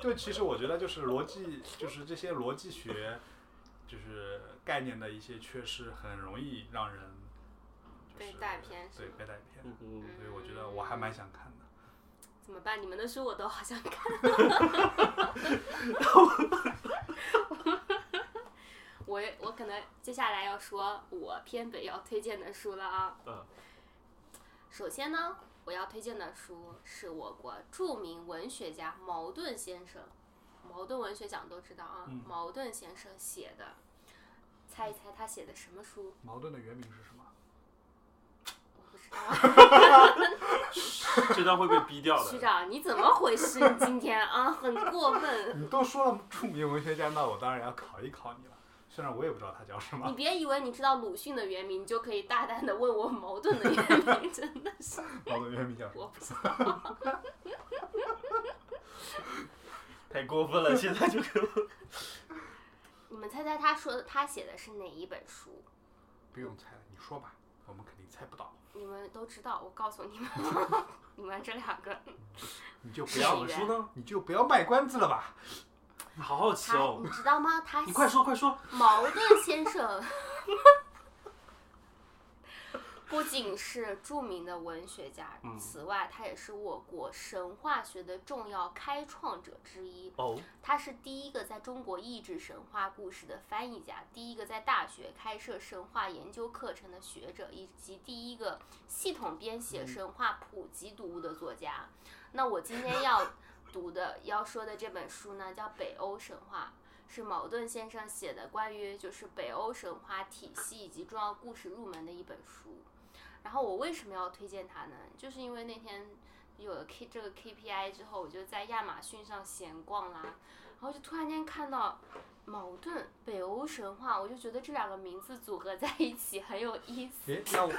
S2: 就其实我觉得就是逻辑，就是这些逻辑学，就是概念的一些缺失，很容易让人
S1: 被带偏是
S2: 对
S1: 吗？
S2: 被带偏，
S3: 嗯嗯，
S2: 所以我觉得我还蛮想看的。
S1: 怎么办？你们的书我都好想看。 我我可能接下来要说我偏北要推荐的书了啊。
S3: 嗯。
S1: 首先呢，我要推荐的书是我国著名文学家茅盾先生，茅盾文学奖都知道啊，
S2: 嗯
S1: 茅盾先生写的。猜一猜他写的什么书？
S2: 矛盾的原名是什 么？
S1: 我不知道。啊
S3: 这段会被 逼掉
S1: 区
S3: 的。
S1: 长，你怎么回事？你今天啊，很过分。
S2: 你都说了著名文学家，那我当然要考一考你了。虽然我也不知道他叫什
S1: 你
S2: 么，
S1: 别以为你知道鲁迅的原名，你就可以大胆的问我矛盾的原名， 真的 是
S2: 矛盾原名叫什么？
S1: 我不知道。
S3: 太过分了，现在就给我。
S1: 你们猜猜他说的他写的是哪一本书？
S2: 不用猜了，你说吧，我们肯定猜不到。
S1: 你们都知道，我告诉你 们，你们这两个，
S2: 你就不
S3: 不
S1: 是
S2: 要，
S3: 要我书呢？
S2: 你就不要卖关子了吧。
S3: 好好奇
S1: 他
S3: 哦
S1: 你，知道吗？他
S3: 你快说快说。
S1: 矛盾先生不仅是著名的文学家，
S3: 嗯
S1: 此外他也是我国神话学的重要开创者之一。
S3: 哦，
S1: 他是第一个在中国译制神话故事的翻译家，第一个在大学开设神话研究课程的学者，以及第一个系统编写神话普及读物的作家。那我今天要读的、要说的这本书呢，叫《北欧神话》，是茅盾先生写的关于就是北欧神话体系以及重要故事入门的一本书。然后我为什么要推荐它呢？就是因为那天有了 K 这个 KPI 之后，我就在亚马逊上闲逛啦，然后就突然间看到矛盾北欧神话，我就觉得这两个名字组合在一起很有意思。
S2: 诶，那我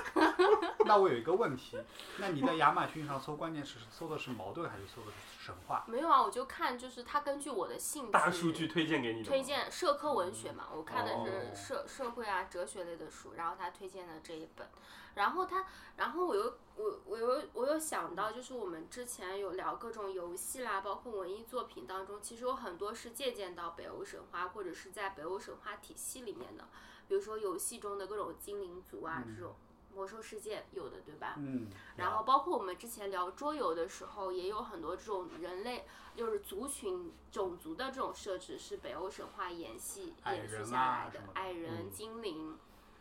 S2: 那我有一个问题，那你在亚马逊上搜关键词是搜的是矛盾还是搜的是神话？
S1: 没有啊，我就看就是它根据我的兴趣，
S3: 大数据推荐给你的。
S1: 推。荐社科文学嘛，我看的
S2: 哦
S1: 是社社会啊哲学类的书，然后他推荐的这一本，然后他，然后我又我我又我又想到，就是我们之前有聊各种游戏啦，包括文艺作品当中，其实有很多是借鉴到北欧神话或者是在北欧神话体系里面的，比如说游戏中的各种精灵族啊、
S3: 嗯
S1: 这种魔兽世界有的对吧？
S2: 嗯，
S1: 然后包括我们之前聊桌游的时候，也有很多这种人类就是族群、种族的这种设置是北欧神话延续
S2: 矮
S1: 延续
S2: 人
S1: 下
S2: 啊
S1: 来的
S2: 什么，的
S1: 矮人、
S3: 嗯
S1: 精灵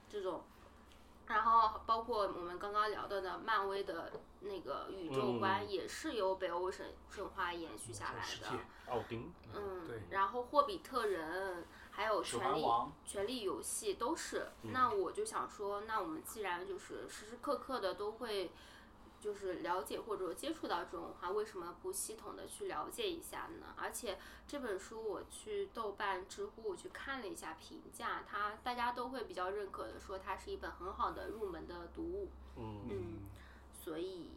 S1: 这种。然后包括我们刚刚聊到的漫威的那个宇
S2: 嗯
S1: 宙观，也是由北欧神神话延续下来
S2: 世界
S1: 的。
S3: 奥丁。
S1: 嗯
S2: 对，
S1: 然后霍比特人，还有
S2: 指
S1: 权
S2: 环
S1: 力
S2: 王嗯
S1: 权力游戏都是。那我就想说，那我们既然就是时时刻刻的都会就是了解或者接触到这种文化，为什么不系统的去了解一下呢？而且这本书我去豆瓣、知乎去看了一下评价，它大家都会比较认可的说它是一本很好的入门的读物，
S3: 嗯，
S1: 嗯，所以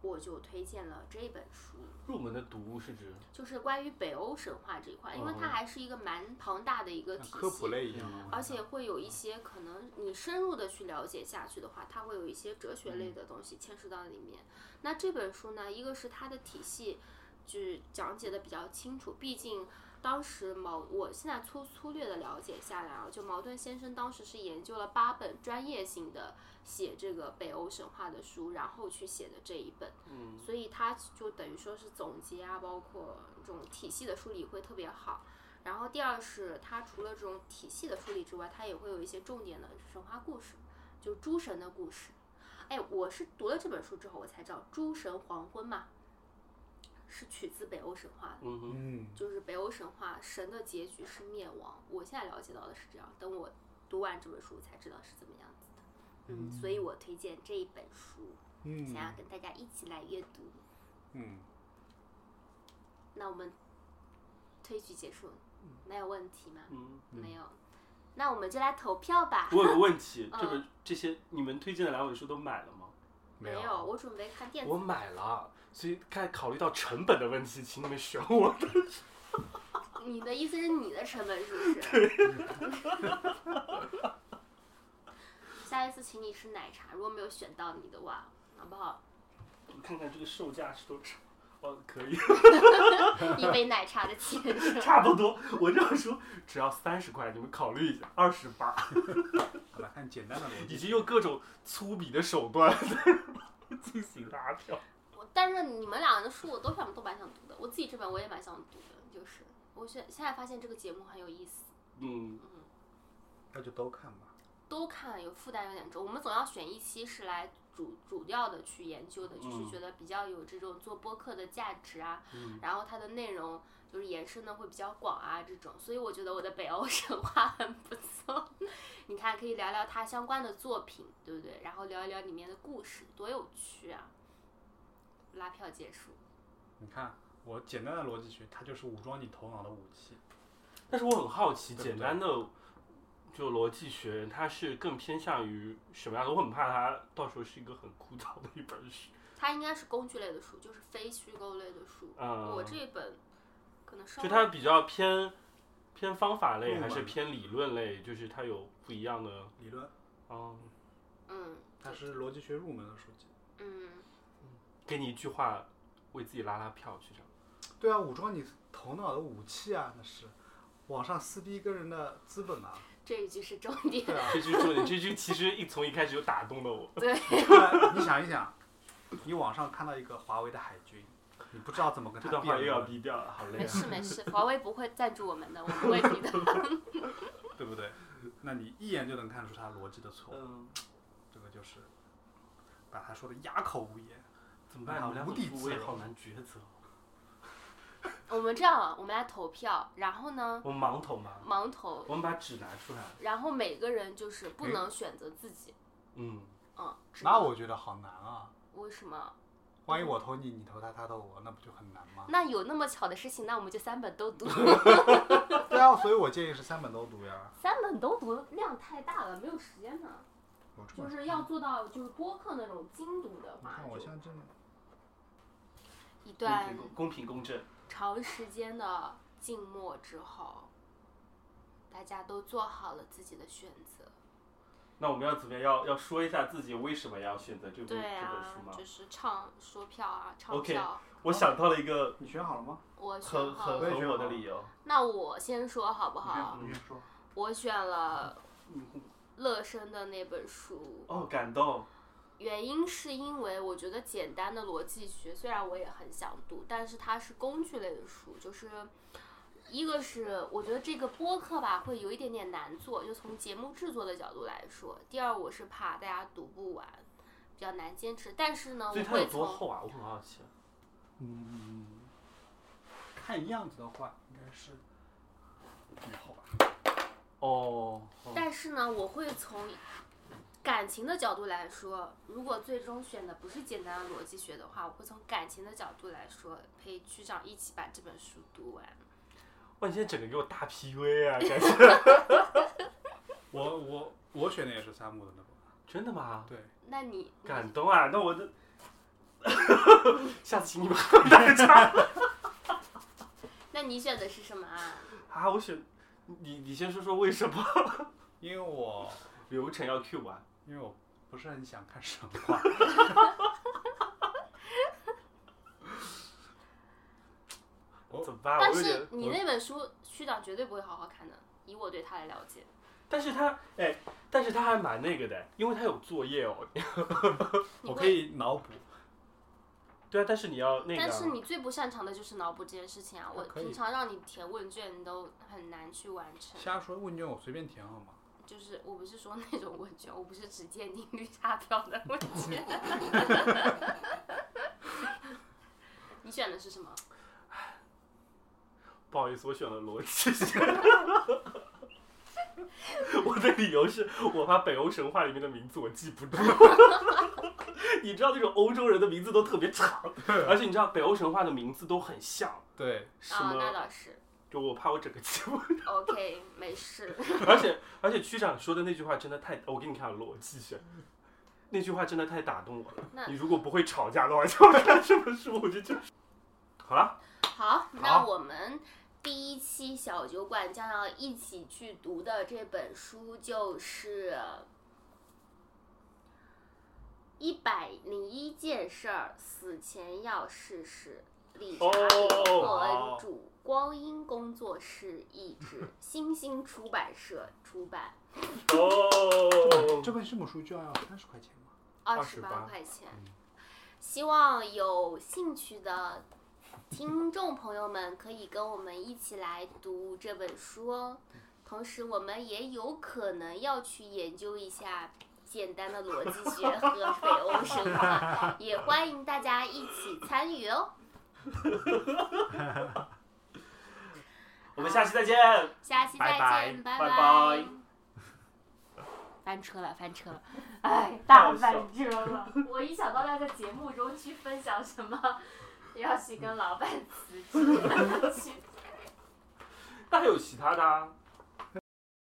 S1: 我就推荐了这本书。
S3: 入门的读物是指
S1: 就是关于北欧神话这一块，因为它还是一个蛮庞大的一个
S2: 像
S1: 体
S2: 哦科普
S1: 系，
S2: 类一样的文
S1: 而
S2: 章，
S1: 且会有一些可能你深入的去了解下去的话，它会有一些哲学类的东西牵涉到里面。那这本书呢，一个是它的体系就是讲解的比较清楚，毕竟。当时矛，我现在粗粗略的了解下来啊，就茅盾先生当时是研究了八本专业性的写这个北欧神话的书，然后去写的这一本。所以它就等于说是总结啊，包括这种体系的梳理会特别好。然后第二是它除了这种体系的梳理之外，它也会有一些重点的神话故事，就诸神的故事。哎，我是读了这本书之后，我才知道诸神黄昏嘛，是取自北欧神话的，
S3: 嗯哼，
S2: 嗯，
S1: 就是北欧神话神的结局是灭亡。我现在了解到的是这样，等我读完这本书才知道是怎么样子的。嗯，所以我推荐这一本书，
S2: 嗯
S1: 想要跟大家一起来阅读。
S2: 嗯，
S1: 那我们推举结束，
S2: 嗯
S1: 没有问题吗？
S3: 嗯，
S1: 没有，那我们就来投票吧。
S3: 我有个问题，
S1: 嗯
S3: 这本这些你们推荐的两本书都买了吗？
S1: 没
S2: 有，
S1: 我准备看电子
S3: 我买了，所以看考虑到成本的问题，请你们选我。
S1: 版。你的意思是你的成本是不是？ 下一次请你吃奶茶，如果没有选到你的话，好不好？
S3: 看看这个售价是多少。哦，可以，
S1: 一杯奶茶的钱是吧？
S3: 差不多。我这样说，只要三十块，你们考虑一下，二十八，
S2: 好吧，看简单的逻
S3: 已
S2: 辑。
S3: 经用各种粗鄙的手段 进行拉票。
S1: 我但是你们两个的书我都想都蛮想读的，我自己这本我也蛮想读的，就是我现现在发现这个节目很有意思，
S3: 嗯，
S1: 嗯，
S2: 那就都看吧。
S1: 都看有负担有点重，我们总要选一期是来主主要的去研究的，就是
S3: 嗯
S1: 觉得比较有这种做播客的价值啊，
S3: 嗯
S1: 然后它的内容就是延伸的会比较广啊这种，所以我觉得我的北欧 神话很不错，你看可以聊聊它相关的作品，对不对？然后聊一聊里面的故事，多有趣啊！拉票结束。
S2: 你看，我简单的逻辑学，它就是武装你头脑的武器。
S3: 但是我很好奇，
S2: 对不对
S3: 简单的就逻辑学，它是更偏向于什么样的？我很怕它到时候是一个很枯燥的一本书。
S1: 它应该是工具类的书，就是非虚构类的书。
S3: 嗯，
S1: 我这一本可能稍
S3: 就
S1: 微
S3: 它比较偏偏方法类，
S2: 入
S3: 还是
S2: 门
S3: 偏理论类？就是它有不一样的。
S2: 理论，
S3: 哦，
S1: 嗯
S2: 它是逻辑学入门的书籍。
S1: 嗯，
S3: 给你一句话，为自己拉拉票去这样。
S2: 对啊，武装你头脑的武器啊，那是网上撕逼跟人的资本啊。
S1: 这一句是重点。
S2: 对啊，
S3: 这句重点，这句其实一从一开始就打动了 我。
S2: 那你想一想，你网上看到一个华为的海军，你不知道怎么跟
S3: 这
S2: 他
S3: 段话
S2: 辩
S3: 又要
S2: 论，
S3: 逼掉了，好累
S1: 没
S3: 啊！
S1: 事 没事，华为不会赞助我们的，我不会提的。
S2: 对不对？那你一眼就能看出他逻辑的错误，
S3: 嗯，
S2: 这个就是把他说的哑口无言。
S3: 怎么办？我们俩
S2: 无地
S3: 怎么
S2: 自
S3: 我也
S2: 容
S3: 好难抉择。
S1: 我们这样啊，我们来投票，然后呢，
S3: 我们盲投吗？
S1: 盲投，
S3: 我们把纸拿出来。
S1: 然后每个人就是不
S2: 哎
S1: 能选择自己，
S3: 嗯，
S1: 嗯，只
S2: 那
S1: 能
S2: 我觉得好难啊！
S1: 为什么？
S2: 万一我投你，你投他，他投我，那不就很难吗？
S1: 那有那么巧的事情，那我们就三本 都读，
S2: 对啊，所以我建议是三本都读呀。
S1: 三本都读量太大了，没有时间呢。
S2: 我这
S1: 就
S2: 本
S1: 是要做到就是播客那种精读的
S2: 你
S1: 话，
S2: 看我嗯
S1: 就
S2: 像这，
S1: 一段
S3: 公平公平公正。
S1: 长时间的静默之后，大家都做好了自己的选择。
S3: 那我们要怎么样？要要说一下自己为什么要选择这部、
S1: 对
S3: 这本
S1: 啊
S3: 书，吗？
S1: 就是唱说票啊，唱
S3: OK
S1: 票。
S3: 我想到了一个
S2: 你选好了吗？
S1: 我选
S3: 很
S1: 好
S3: 很
S1: 了，
S2: 我也觉
S3: 很
S2: 得
S3: 我的理由。
S1: 那我先说好啊不好？
S3: 嗯你
S2: 说。
S1: 我选了
S3: 嗯
S1: 乐生的那本书，
S3: 哦，感动。
S1: 原因是因为我觉得简单的逻辑学，虽然我也很想读，但是它是工具类的书，就是一个是我觉得这个播客吧会有一点点难做，就从节目制作的角度来说；第二，我是怕大家读不完，比较难坚持。但是呢，哦我
S3: 所以它有
S1: 会
S3: 多
S1: 从
S3: 厚啊？我很好奇。
S2: 嗯，看样子的话，应该是以后吧。
S3: 哦。
S1: 但是呢，我会从感情的角度来说，如果最终选的不是简单的逻辑学的话，我会从感情的角度来说，陪区长一起把这本书读完。
S3: 哇，你现在整个给我大 PUA 啊！ 感觉
S2: 我我我选的也是三木的那本。
S3: 真的吗？
S2: 对，
S1: 那你
S3: 感动啊！那我 的，下次请你们喝奶茶
S1: 那你选的是什么啊？
S3: 啊！我选你，你先说说 为什么
S2: 因为我
S3: 流程要 Q 完？
S2: 因为我不是很想看神话，我
S3: 怎么办？
S1: 哦但
S3: 啊我有
S1: 是
S3: 点，
S1: 你
S3: 我
S1: 那本书区长绝对不会好好看的，以我对他的了解。
S3: 但是他哎，但是他还蛮那个的，因为他有作业哦。
S1: 你会
S2: 我可，以脑补。
S3: 对啊，但是你要那个啊，
S1: 但是你最不擅长的就是脑补这件事情啊！我
S2: 可以
S1: 平常让你填问卷，你都很难去完成。
S2: 瞎说问卷我随便填好吗？
S1: 就是我不是说那种问卷，我不是只鉴定绿茶婊的问卷。 你选的是什么？
S3: 不好意思，我选了逻辑 学。我的理由是我怕北欧神话里面的名字我记不住。 你知道那种欧洲人的名字都特别长， 而且你知道北欧神话的名字都很像，
S2: 对，
S3: 什
S1: 啊，那
S3: 么？
S1: 倒是。
S3: 就我怕我整个记不
S1: OK，没事。
S3: 而且而且区长说的那句话真的太，我给你看逻辑学，那句话真的太打动我
S1: 那
S3: 了。你如果不会吵架的话，就看这本书，我就就是。 好了，
S1: 好，那我们第一期小酒馆将要一起去读的这本书就是《一百零一件事儿：死前要试试》，理查理霍恩主光阴工作室译制，新兴出版社出版，
S3: 哦，
S2: 这本这本书就要三十块钱吗？
S1: 二
S3: 28
S1: 八块钱
S3: 嗯。
S1: 希望有兴趣的听众朋友们可以跟我们一起来读这本书哦。
S3: 嗯
S1: 同时，我们也有可能要去研究一下简单的逻辑学和北欧神话，也欢迎大家一起参与哦。
S3: 我们下期再见。
S1: 下期再见，拜
S3: 拜拜拜拜
S1: 翻车了，翻车了！
S4: 哎，
S3: 大
S4: 大
S3: 翻
S4: 翻车了！ 我一想到要在节目中去分享什么，要 去跟老板辞职，去
S3: 那还有其他的、啊，